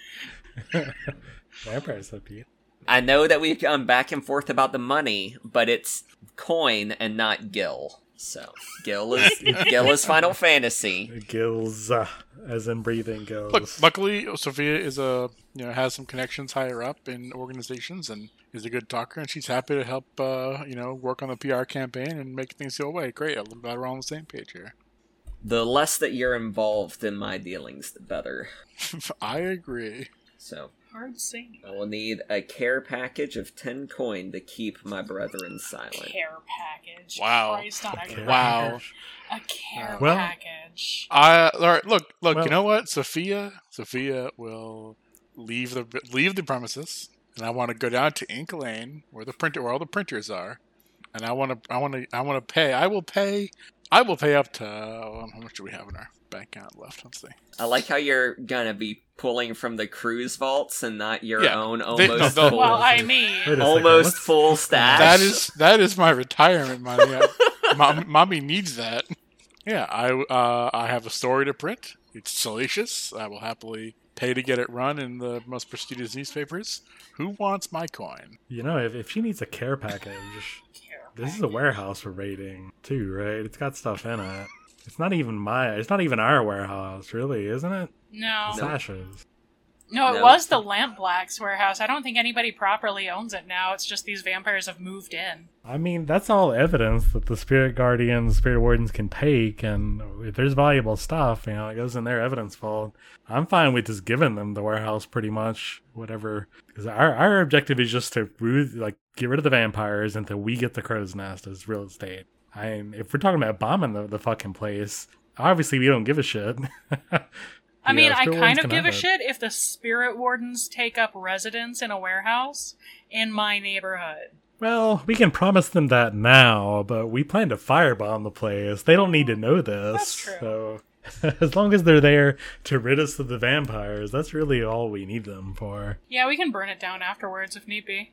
S5: Vampires have teeth.
S1: I know that we've gone back and forth about the money, but it's coin and not gill. So gill
S2: *laughs*
S1: is gill is Final Fantasy.
S5: Gills, uh, as in breathing goes.
S4: *laughs* Look, luckily Sophia is a you know has some connections higher up in organizations and is a good talker, and she's happy to help uh, you know work on the PR campaign and make things go away. Great, I'm glad we're all on the same page here. *laughs*
S1: The less that you're involved in my dealings, the better.
S4: I agree.
S1: So
S2: Hard saying.
S1: I will need a care package of ten coin to keep my brethren silent.
S2: Care package.
S4: Wow.
S2: Christ on a
S5: Okay.
S2: cracker.
S4: Wow.
S2: A care
S5: Well-
S2: package.
S4: I all right. Look, look.
S5: Well-
S4: you know what, Sophia? Sophia will leave the leave the premises, and I want to go down to Ink Lane, where the printer, where all the printers are, and I want to, I want to, I want to pay. I will pay. I will pay up to uh, how much do we have in our bank account left? Let's see.
S1: I like how you're gonna be pulling from the cruise vaults and not your
S4: Yeah,
S1: own
S4: they- no,
S1: almost
S4: no.
S1: full,
S2: Well, I
S5: Wait
S2: mean,
S5: a
S1: almost
S5: second, what's-
S1: full stash.
S4: That is that is my retirement money. *laughs* I- Mom, mommy needs that. Yeah, I uh, I have a story to print. It's salacious. I will happily pay to get it run in the most prestigious newspapers. Who wants my coin?
S5: You know, if, if she needs a care package,
S2: care
S5: this is a warehouse we're raiding, too, right? It's got stuff in it. It's not even my. It's not even our warehouse, really, isn't it?
S2: no.
S5: Sasha's.
S2: No, it
S1: No?
S2: was the Lamp Blacks warehouse. I don't think anybody properly owns it now. It's just these vampires have moved in.
S5: I mean, that's all evidence that the spirit guardians, spirit wardens can take, and if there's valuable stuff, you know, it goes in their evidence vault. I'm fine with just giving them the warehouse, pretty much, whatever. Because our our objective is just to ru- like get rid of the vampires until we get the crow's nest as real estate. I mean, if we're talking about bombing the, the fucking place, obviously we don't give a shit. *laughs*
S2: I mean,
S5: Yeah,
S2: I
S5: spirit
S2: kind
S5: wardens
S2: of
S5: can
S2: give a
S5: have it.
S2: shit if the spirit wardens take up residence in a warehouse in my neighborhood.
S5: Well, we can promise them that now, but we plan to firebomb the place. They don't need to know this.
S2: That's
S5: So *laughs* as long as they're there to rid us of the vampires, that's really all we need them for.
S2: Yeah, we can burn it down afterwards if need be.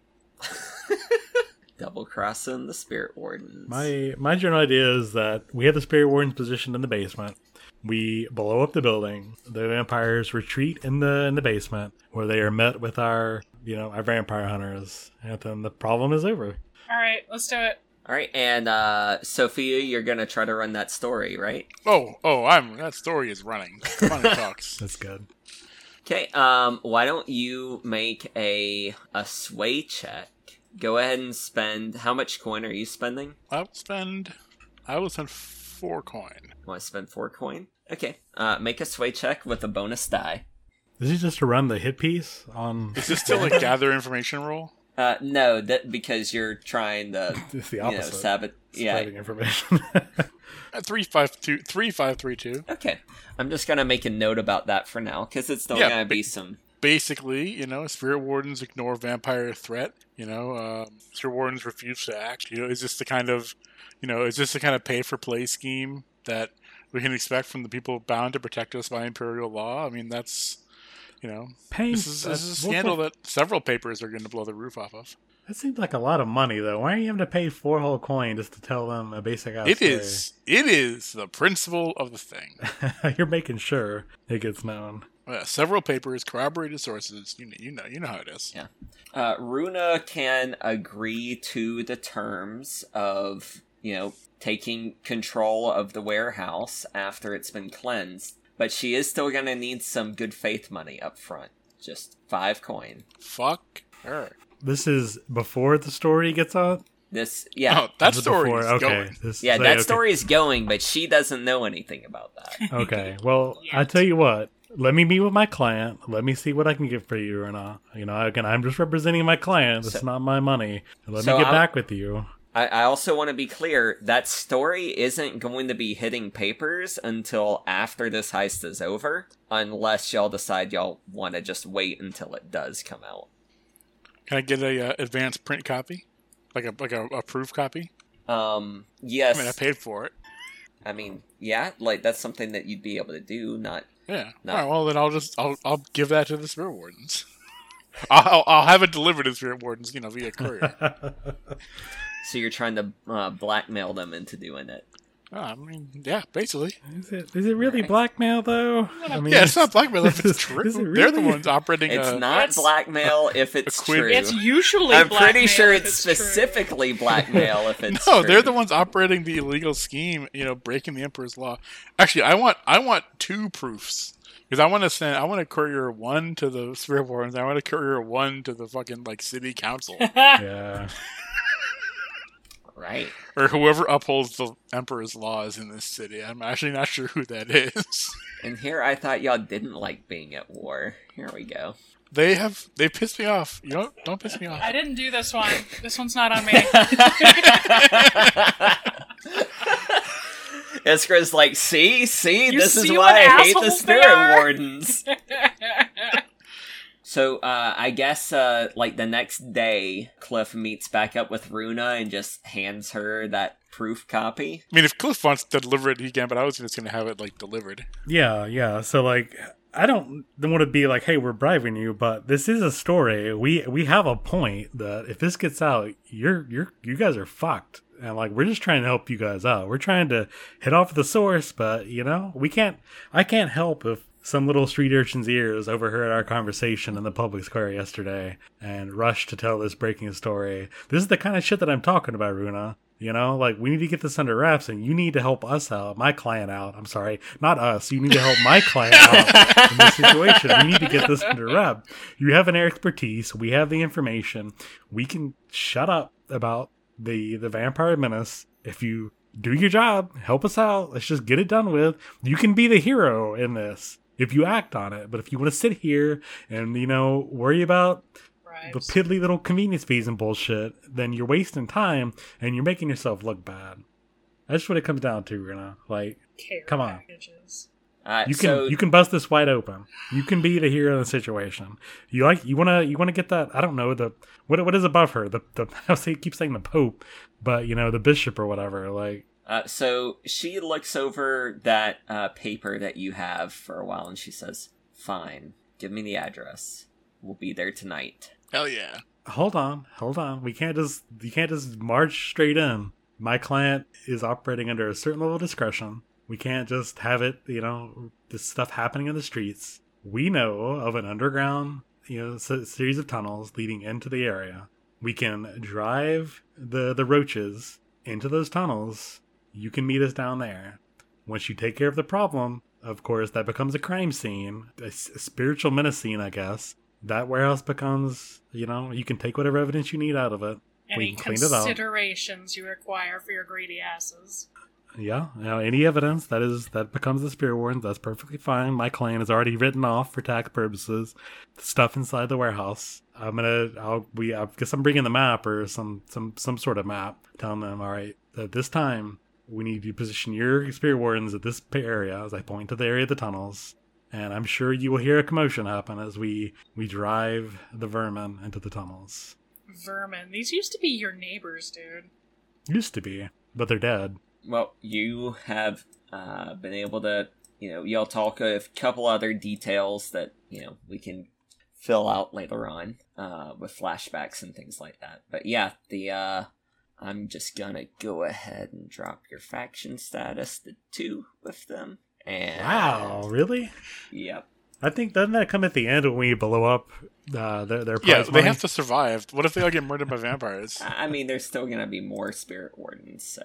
S1: Double crossing the spirit wardens.
S5: My my general idea is that we have the spirit wardens positioned in the basement. We blow up the building. The vampires retreat in the in the basement, where they are met with our you know our vampire hunters, and then the problem is over.
S2: All right, let's do it.
S1: All right, and uh, Sophia, you're gonna try to run that story, right?
S4: Oh, oh, I'm that story is running. *laughs* Running talks.
S5: That's good.
S1: Okay. Um. Why don't you make a a sway check? Go ahead and spend. How much coin are you spending?
S4: I will spend. I will spend four coin.
S1: Want to spend four coin? Okay. Uh, make a sway check with a bonus die.
S5: This is just to run the hit piece on. *laughs*
S4: Is this *laughs* still a gather information roll?
S1: Uh, no, that because you're trying to,
S5: It's the
S1: you know,
S5: opposite.
S1: sabot. Yeah.
S5: spreading information. *laughs*
S4: Uh, three five two three five three two.
S1: Okay. I'm just gonna make a note about that for now because it's still
S4: Yeah,
S1: gonna
S4: but-
S1: be some.
S4: Basically, you know, spirit wardens ignore vampire threat. You know, um, spirit wardens refuse to act. You know, is this the kind of, you know, is this the kind of pay for play scheme that we can expect from the people bound to protect us by imperial law? I mean, that's, you know,
S5: Paying
S4: this is, this is a
S5: what-
S4: scandal that several papers are going to blow the roof off of.
S5: that seems like a lot of money, though. Why are you having to pay four whole coin just to tell them a basic? ass
S4: It
S5: story?
S4: is. It is the principle of the thing. *laughs*
S5: *laughs* You're making sure it gets known.
S4: Uh, several papers, corroborated sources. You know, you know, you know how it is.
S1: Yeah. Uh, Runa can agree to the terms of, you know, taking control of the warehouse after it's been cleansed, but she is still going to need some good faith money up front. Just five coin.
S4: Fuck her.
S5: This is before the story gets out.
S1: This, yeah.
S4: Oh, that
S5: This is
S4: story
S5: before-
S4: is
S5: okay.
S4: going.
S5: This-
S1: yeah,
S5: so,
S1: that
S5: okay.
S1: story is going, but she doesn't know anything about
S5: *laughs*
S1: that.
S5: Okay. Well, I tell you what. Let me meet with my client. Let me see what I can get for you or not. You know, again, I'm just representing my client. It's
S1: So-
S5: not my money. Let
S1: so
S5: me get
S1: I'm-
S5: back with you.
S1: I, I also want to be clear that story isn't going to be hitting papers until after this heist is over, unless y'all decide y'all want to just wait until it does come out.
S4: Can I get a uh, advanced print copy, like a like a, a proof copy?
S1: Um,
S4: I
S1: yes.
S4: mean, I paid for it.
S1: yeah, like that's something that you'd be able to do, not
S4: Yeah.
S1: No.
S4: All right. Well, then I'll just I'll I'll give that to the spirit wardens. *laughs* I'll I'll have it delivered to the spirit wardens, you know, via
S5: *laughs*
S4: courier.
S1: so you're trying to uh, blackmail them into doing it.
S4: Oh, I mean, yeah, basically.
S5: Is it? Is it really blackmail though? I mean,
S4: yeah, it's not blackmail if
S5: this *laughs*
S4: it's
S5: is-
S4: true.
S5: this is
S4: They're the
S5: really-
S4: ones operating.
S1: It's
S4: uh,
S1: not
S2: It's-
S1: blackmail if it's
S4: quid-
S1: true.
S2: It's usually
S1: I'm pretty
S2: blackmail
S1: sure
S2: if
S1: it's
S2: true. *laughs*
S1: specifically blackmail if it's
S4: *laughs* no,
S1: true.
S4: they're the ones operating the illegal scheme. You know, breaking the emperor's law. Actually, I want I want two proofs because I want to send I want to courier one to the spirit wardens. I want to courier one to the fucking like city council
S5: Yeah.
S1: right.
S4: or whoever upholds the emperor's laws in this city. I'm actually not sure who that is. *laughs*
S1: And here I thought y'all didn't like being at war. Here we
S4: *laughs*
S1: go.
S4: they have they pissed me off. You don't don't piss me off.
S2: I didn't do this one. This one's not on
S1: *laughs*
S2: me. *laughs*
S1: Iskra's like, see, see,
S2: You
S1: this is why
S2: see what
S1: I hate the
S2: assholes they
S1: spirit
S2: are?"
S1: wardens. So uh, I guess uh, like the next day, Cliff meets back up with Runa and just hands her that proof copy.
S4: I mean, if Cliff wants to deliver it, he can. But I was just going to have it like
S2: *laughs*
S4: delivered.
S5: Yeah, yeah. So like I don't want to be like, "Hey, we're bribing you," but this is a story. We we have a point that if this gets out, you're you're you guys are fucked. And like we're just trying to help you guys out. We're trying to hit off the source, but you know, we can't I can't help if some little street urchin's ears overheard our conversation in the public square yesterday and rushed to tell this breaking story. This is the kind of shit that I'm talking about, Runa. You know, like we need to get this under wraps, and you need to help us out, my client out. I'm sorry, not us. You need to help
S4: *laughs*
S5: my client out in this situation. We need to get this under wrap. You have an expertise. We have the information. We can shut up about the the vampire menace if you do your job. Help us out. Let's just get it done with. You can be the hero in this if you act on it. But if you want to sit here and you know worry about
S2: Right.
S5: the piddly little convenience fees and bullshit, then you're wasting time and you're making yourself look bad. That's what it comes down to, you know. Like
S2: Care
S5: Come on.
S2: packages.
S1: Uh,
S5: you can
S1: so,
S5: you can bust this wide open. You can be the hero of the situation. You like you wanna you wanna get that I don't know the what what is above her the *laughs* the I say keep saying the pope, but you know the bishop or whatever. Like
S1: uh, so she looks over that uh, paper that you have for a while, and she says, "Fine, give me the address. We'll be there tonight."
S4: Hell yeah.
S5: hold on, hold on. We can't just you can't just march straight in. My client is operating under a certain level of discretion. We can't just have it, you know, this stuff happening in the streets. We know of an underground, you know, s- series of tunnels leading into the area. We can drive the the roaches into those tunnels. You can meet us down there. Once you take care of the problem, of course, that becomes a crime scene, a, s- a spiritual menace scene, I guess. That warehouse becomes, you know, you can take whatever evidence you need out of it.
S2: Any
S5: we can clean it up.
S2: considerations you require for your greedy asses.
S5: Yeah, you know, any evidence that is that becomes a spirit warrant, that's perfectly fine. My client is already written off for tax purposes. The stuff inside the warehouse. I'm gonna, I'll, we, I guess I'm bringing the map or some, some, some sort of map, telling them, all right, at this time we need you to position your spirit wardens at this pa- area. As I point to the area of the tunnels, and I'm sure you will hear a commotion happen as we we drive the vermin into the tunnels.
S2: Vermin. These used to be your neighbors, dude.
S5: Used to be, but they're dead.
S1: Well, you have uh, been able to, you know, y'all talk a couple other details that you know we can fill out later on uh, with flashbacks and things like that. But yeah, the uh, I'm just gonna go ahead and drop your faction status to two with them. And
S5: Wow, really?
S1: Yep.
S5: I think doesn't that come at the end when we blow up uh, their their
S4: Yeah,
S5: prize
S4: they
S5: money?
S4: have to survive. What if they all get murdered
S2: *laughs*
S4: by vampires?
S1: I I mean, there's still gonna be more spirit wardens, so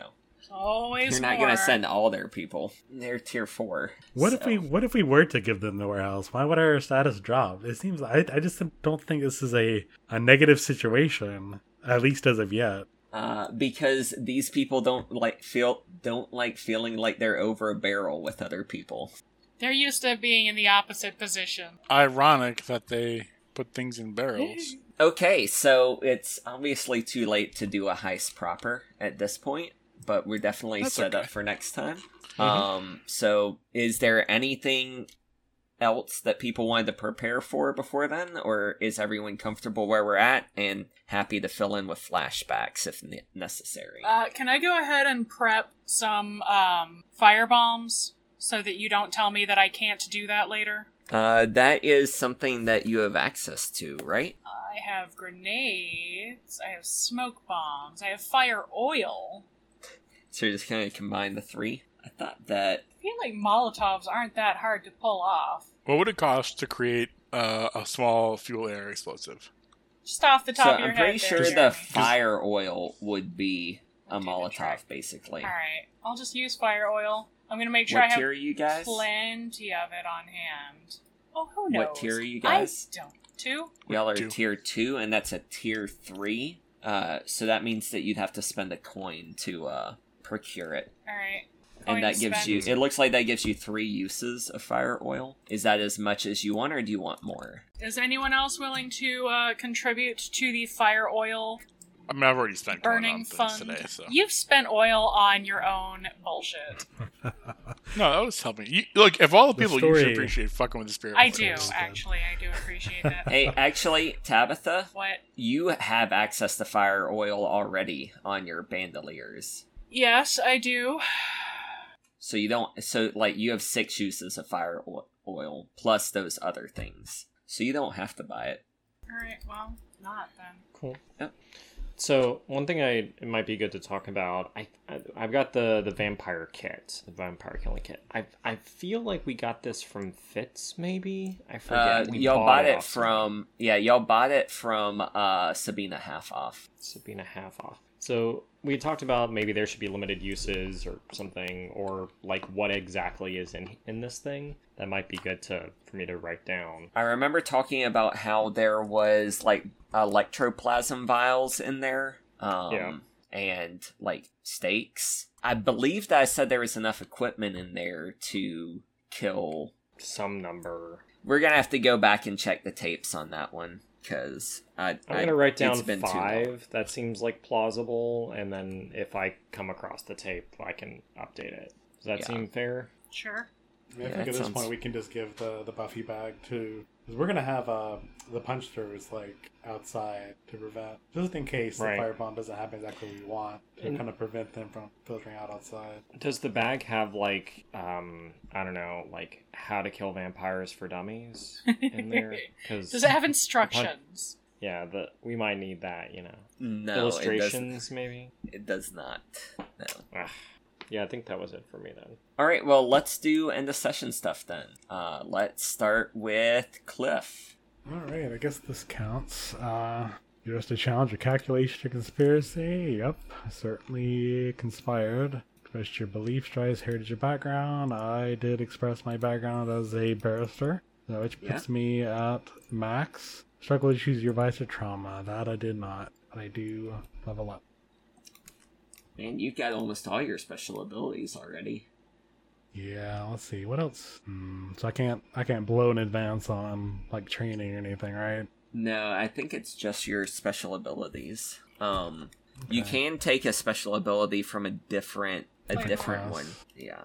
S2: Always
S1: you're not
S2: more.
S1: gonna send all their people. They're tier four.
S5: what if
S1: so-
S5: we what if we were to give them the warehouse? Why would our status drop? It seems I I just don't think this is a a negative situation at least as of yet.
S1: uh, because these people don't like feel don't like feeling like they're over a barrel with other people.
S2: They're used to being in the opposite position.
S4: Ironic that they put things in barrels.
S1: Okay, so it's obviously too late to do a heist proper at this point, but we're definitely
S4: That's
S1: set up
S4: okay.
S1: for next time.
S4: Mhm.
S1: Um, so is there anything else that people wanted to prepare for before then, or is everyone comfortable where we're at and happy to fill in with flashbacks if ne- necessary?
S2: *laughs* Uh, can I go ahead and prep some um, fire bombs so that you don't tell me that I can't do that later?
S1: Uh, that is something that you have access to, right?
S2: I have grenades. I have smoke bombs. I have fire oil.
S1: So you're just gonna combine the three? I thought that
S2: I feel like Molotovs aren't that hard to pull off.
S4: What would it cost to create uh, a small fuel air explosive?
S2: Just off the
S1: so
S2: top of your
S1: I'm pretty
S2: head.
S1: sure
S2: there,
S1: the
S2: Jeremy.
S1: fire oil would be a
S2: Do the
S1: Molotov
S2: track.
S1: basically.
S2: All right, I'll just use fire oil. I'm gonna make sure
S1: What
S2: I have
S1: tier are you guys?
S2: plenty of it on hand. Oh, who knows?
S1: What tier are you guys?
S2: I don't. Two.
S1: Y'all are
S4: Two.
S1: tier two and that's a tier three. Uh so that means that you'd have to spend a coin to uh procure it.
S2: All right. Going
S1: And that
S2: to
S1: gives
S2: spend-
S1: you it looks like that gives you three uses of fire oil. Is that as much as you want or do you want more? *laughs*
S2: Is anyone else willing to uh, contribute to the fire oil
S4: I mean, I've already spent going
S2: burning
S4: on things
S2: fund?
S4: today, so
S2: You've spent oil on your own bullshit.
S4: no, that was helping. You, look, of all the,
S5: The
S4: people, you should
S5: story-
S4: appreciate fucking with the spirit.
S2: I
S4: world.
S2: do actually. I do appreciate
S1: *laughs*
S2: that.
S1: hey, actually, Tabitha,
S2: what?
S1: you have access to fire oil already on your bandoliers.
S2: Yes, I do.
S1: So you don't. So like you have six uses of fire o- oil plus those other things. So you don't have to buy it.
S2: All right. Well, not then.
S3: Cool.
S1: Yep.
S3: So one thing I it might be good to talk about. I, I I've got the the vampire kit, the vampire killing kit. I I feel like we got this from Fitz, maybe. I
S1: Uh,
S3: forget. we
S1: y'all bought it
S3: off someone.
S1: from yeah. Y'all bought it from uh, Sabina half off.
S3: Sabina half off. So we talked about maybe there should be limited uses or something, or like what exactly is in in this thing. That might be good to for me to write down.
S1: I remember talking about how there was like electroplasm vials in there, um,
S3: Yeah.
S1: and like stakes. I believe that I said there was enough equipment in there to kill.
S3: Some number.
S1: We're gonna have to go back and check the tapes on that one because I,
S3: I'm
S1: I-
S3: gonna write down
S1: it's been too long.
S3: five. That seems like plausible, and then if I come across the tape, I can update it. Does that
S1: Yeah.
S3: seem fair?
S2: Sure.
S5: I, mean, I
S1: Yeah,
S5: think
S1: it
S5: at this
S1: sounds-
S5: point we can just give the, the Buffy bag to. Because we're going to have uh, the punch throughs like outside to prevent. Just in case
S3: Right.
S5: the firebomb doesn't happen exactly what we want to
S3: And-
S5: kind of prevent them from filtering out outside.
S3: Does the bag have like um I don't know like how to kill vampires for dummies
S1: *laughs*
S3: in there? Because
S2: Does it have instructions?
S3: yeah, the we might need that. You know,
S1: No, it does,
S3: illustrations maybe.
S1: it does not. No.
S3: Ugh. Yeah, I think that was it for me then.
S1: All right, well, let's do end of session stuff then. Uh, let's start with Cliff.
S5: All right, I guess this counts. Uh, you're just a challenge, a calculation, a conspiracy. Yep, certainly conspired. Expressed your beliefs, tries heritage, your background. I did express my background as a barrister, so which puts me at max. Struggle to choose your vice or trauma. That I did not, but I do level up.
S1: Man, you've got almost all your special abilities already.
S5: Yeah, let's see what else. Hmm, so I can't, I can't blow in advance on like training or anything, right?
S1: No, I think it's just your special abilities. Um, you
S5: Okay.
S1: can take a special ability from a different a
S2: Like
S1: different
S5: class.
S1: one. Yeah.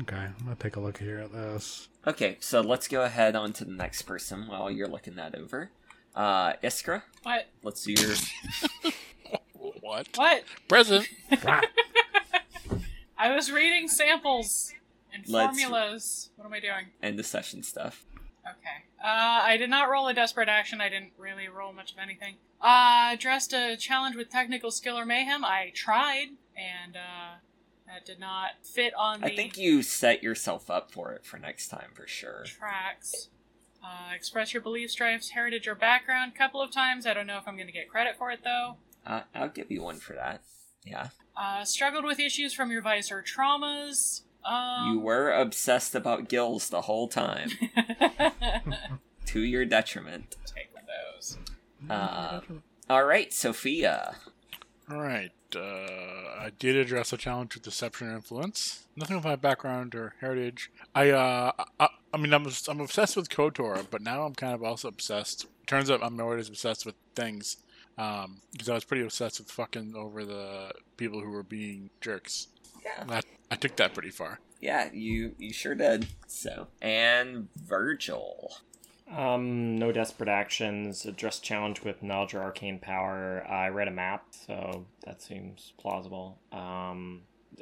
S5: Okay, I'm gonna take a look here at this.
S1: Okay, so let's go ahead on to the next person while you're looking that over. Uh, Iskra,
S2: What?
S1: let's do your.
S4: What?
S2: What?
S4: Present.
S2: I was reading samples and
S1: Let's-
S2: formulas. What am I doing?
S1: end of session stuff.
S2: Okay. Uh, I did not roll a desperate action. I didn't really roll much of anything. Uh, addressed a challenge with technical skill or mayhem. I tried, and uh, that did not fit on the
S1: I think you set yourself up for it for next time for sure.
S2: tracks. Uh, express your beliefs, stripes, heritage, or background a couple of times. I don't know if I'm going to get credit for it, though.
S1: Uh, I'll give you one for that. Yeah.
S2: Uh, struggled with issues from your vice or traumas. Um,
S1: you were obsessed about gills the whole time, to your detriment.
S2: Um, *laughs* take those.
S1: Uh, all right, Sophia.
S4: All right. Uh, I did address a challenge with deception and influence. Nothing with my background or heritage. I, uh, I, I mean, I'm, I'm obsessed with Kotor, but now I'm kind of also obsessed. Turns out I'm always obsessed with things. Um, because I was pretty obsessed with fucking over the people who were being jerks.
S1: Yeah.
S4: That, I took that pretty far.
S1: Yeah, you you sure did. So and Virgil.
S3: Um, no desperate actions. Address challenge with knowledge or arcane power. I read a map, so that seems plausible. Um,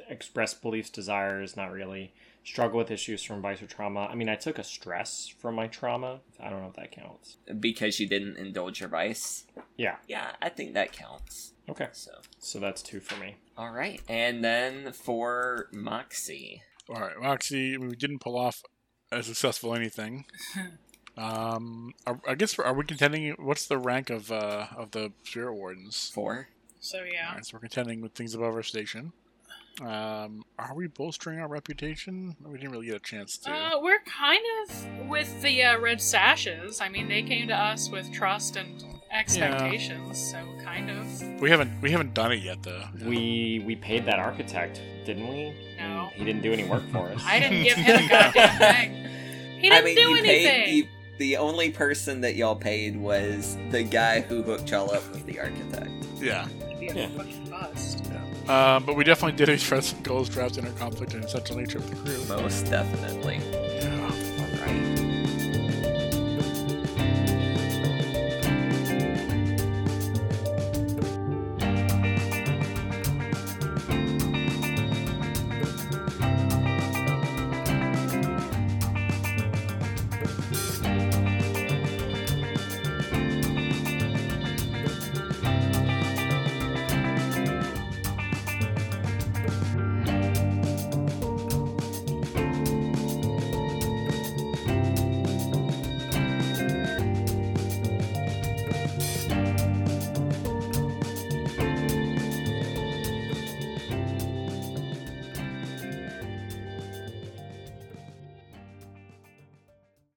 S3: express beliefs, desires, not really. Struggle with issues from vice or trauma. I mean, I took a stress from my trauma. I don't know if that counts.
S1: Because you didn't indulge your vice.
S3: Yeah.
S1: Yeah, I think that counts.
S3: Okay.
S1: So
S3: So that's two for me.
S1: all right, and then for Moxie.
S4: All right, Moxie. I mean, we didn't pull off a successful anything. um, are, I guess are we contending? What's the rank of uh of the spirit wardens?
S1: Four.
S2: So
S4: All
S2: yeah,
S4: right, so we're contending with things above our station. Um, are we bolstering our reputation? We didn't really get a chance to.
S2: uh, we're kind of with the uh, red sashes. I mean, they came to us with trust and expectations, so kind of.
S4: we haven't we haven't done it yet though. Yeah.
S3: We we paid that architect, didn't we?
S2: No.
S3: He didn't do any work for us.
S2: I didn't give
S3: *laughs*
S2: him a goddamn thing. He didn't do
S1: you
S2: anything.
S1: Paid, you, the only person that y'all paid was the guy who hooked y'all up with the architect.
S4: yeah.
S2: Be a
S3: Yeah.
S2: fucking bust.
S4: Um, but we definitely did express some goals, drafts, inner conflict, and essential nature of the crew.
S1: Most definitely.
S4: Yeah.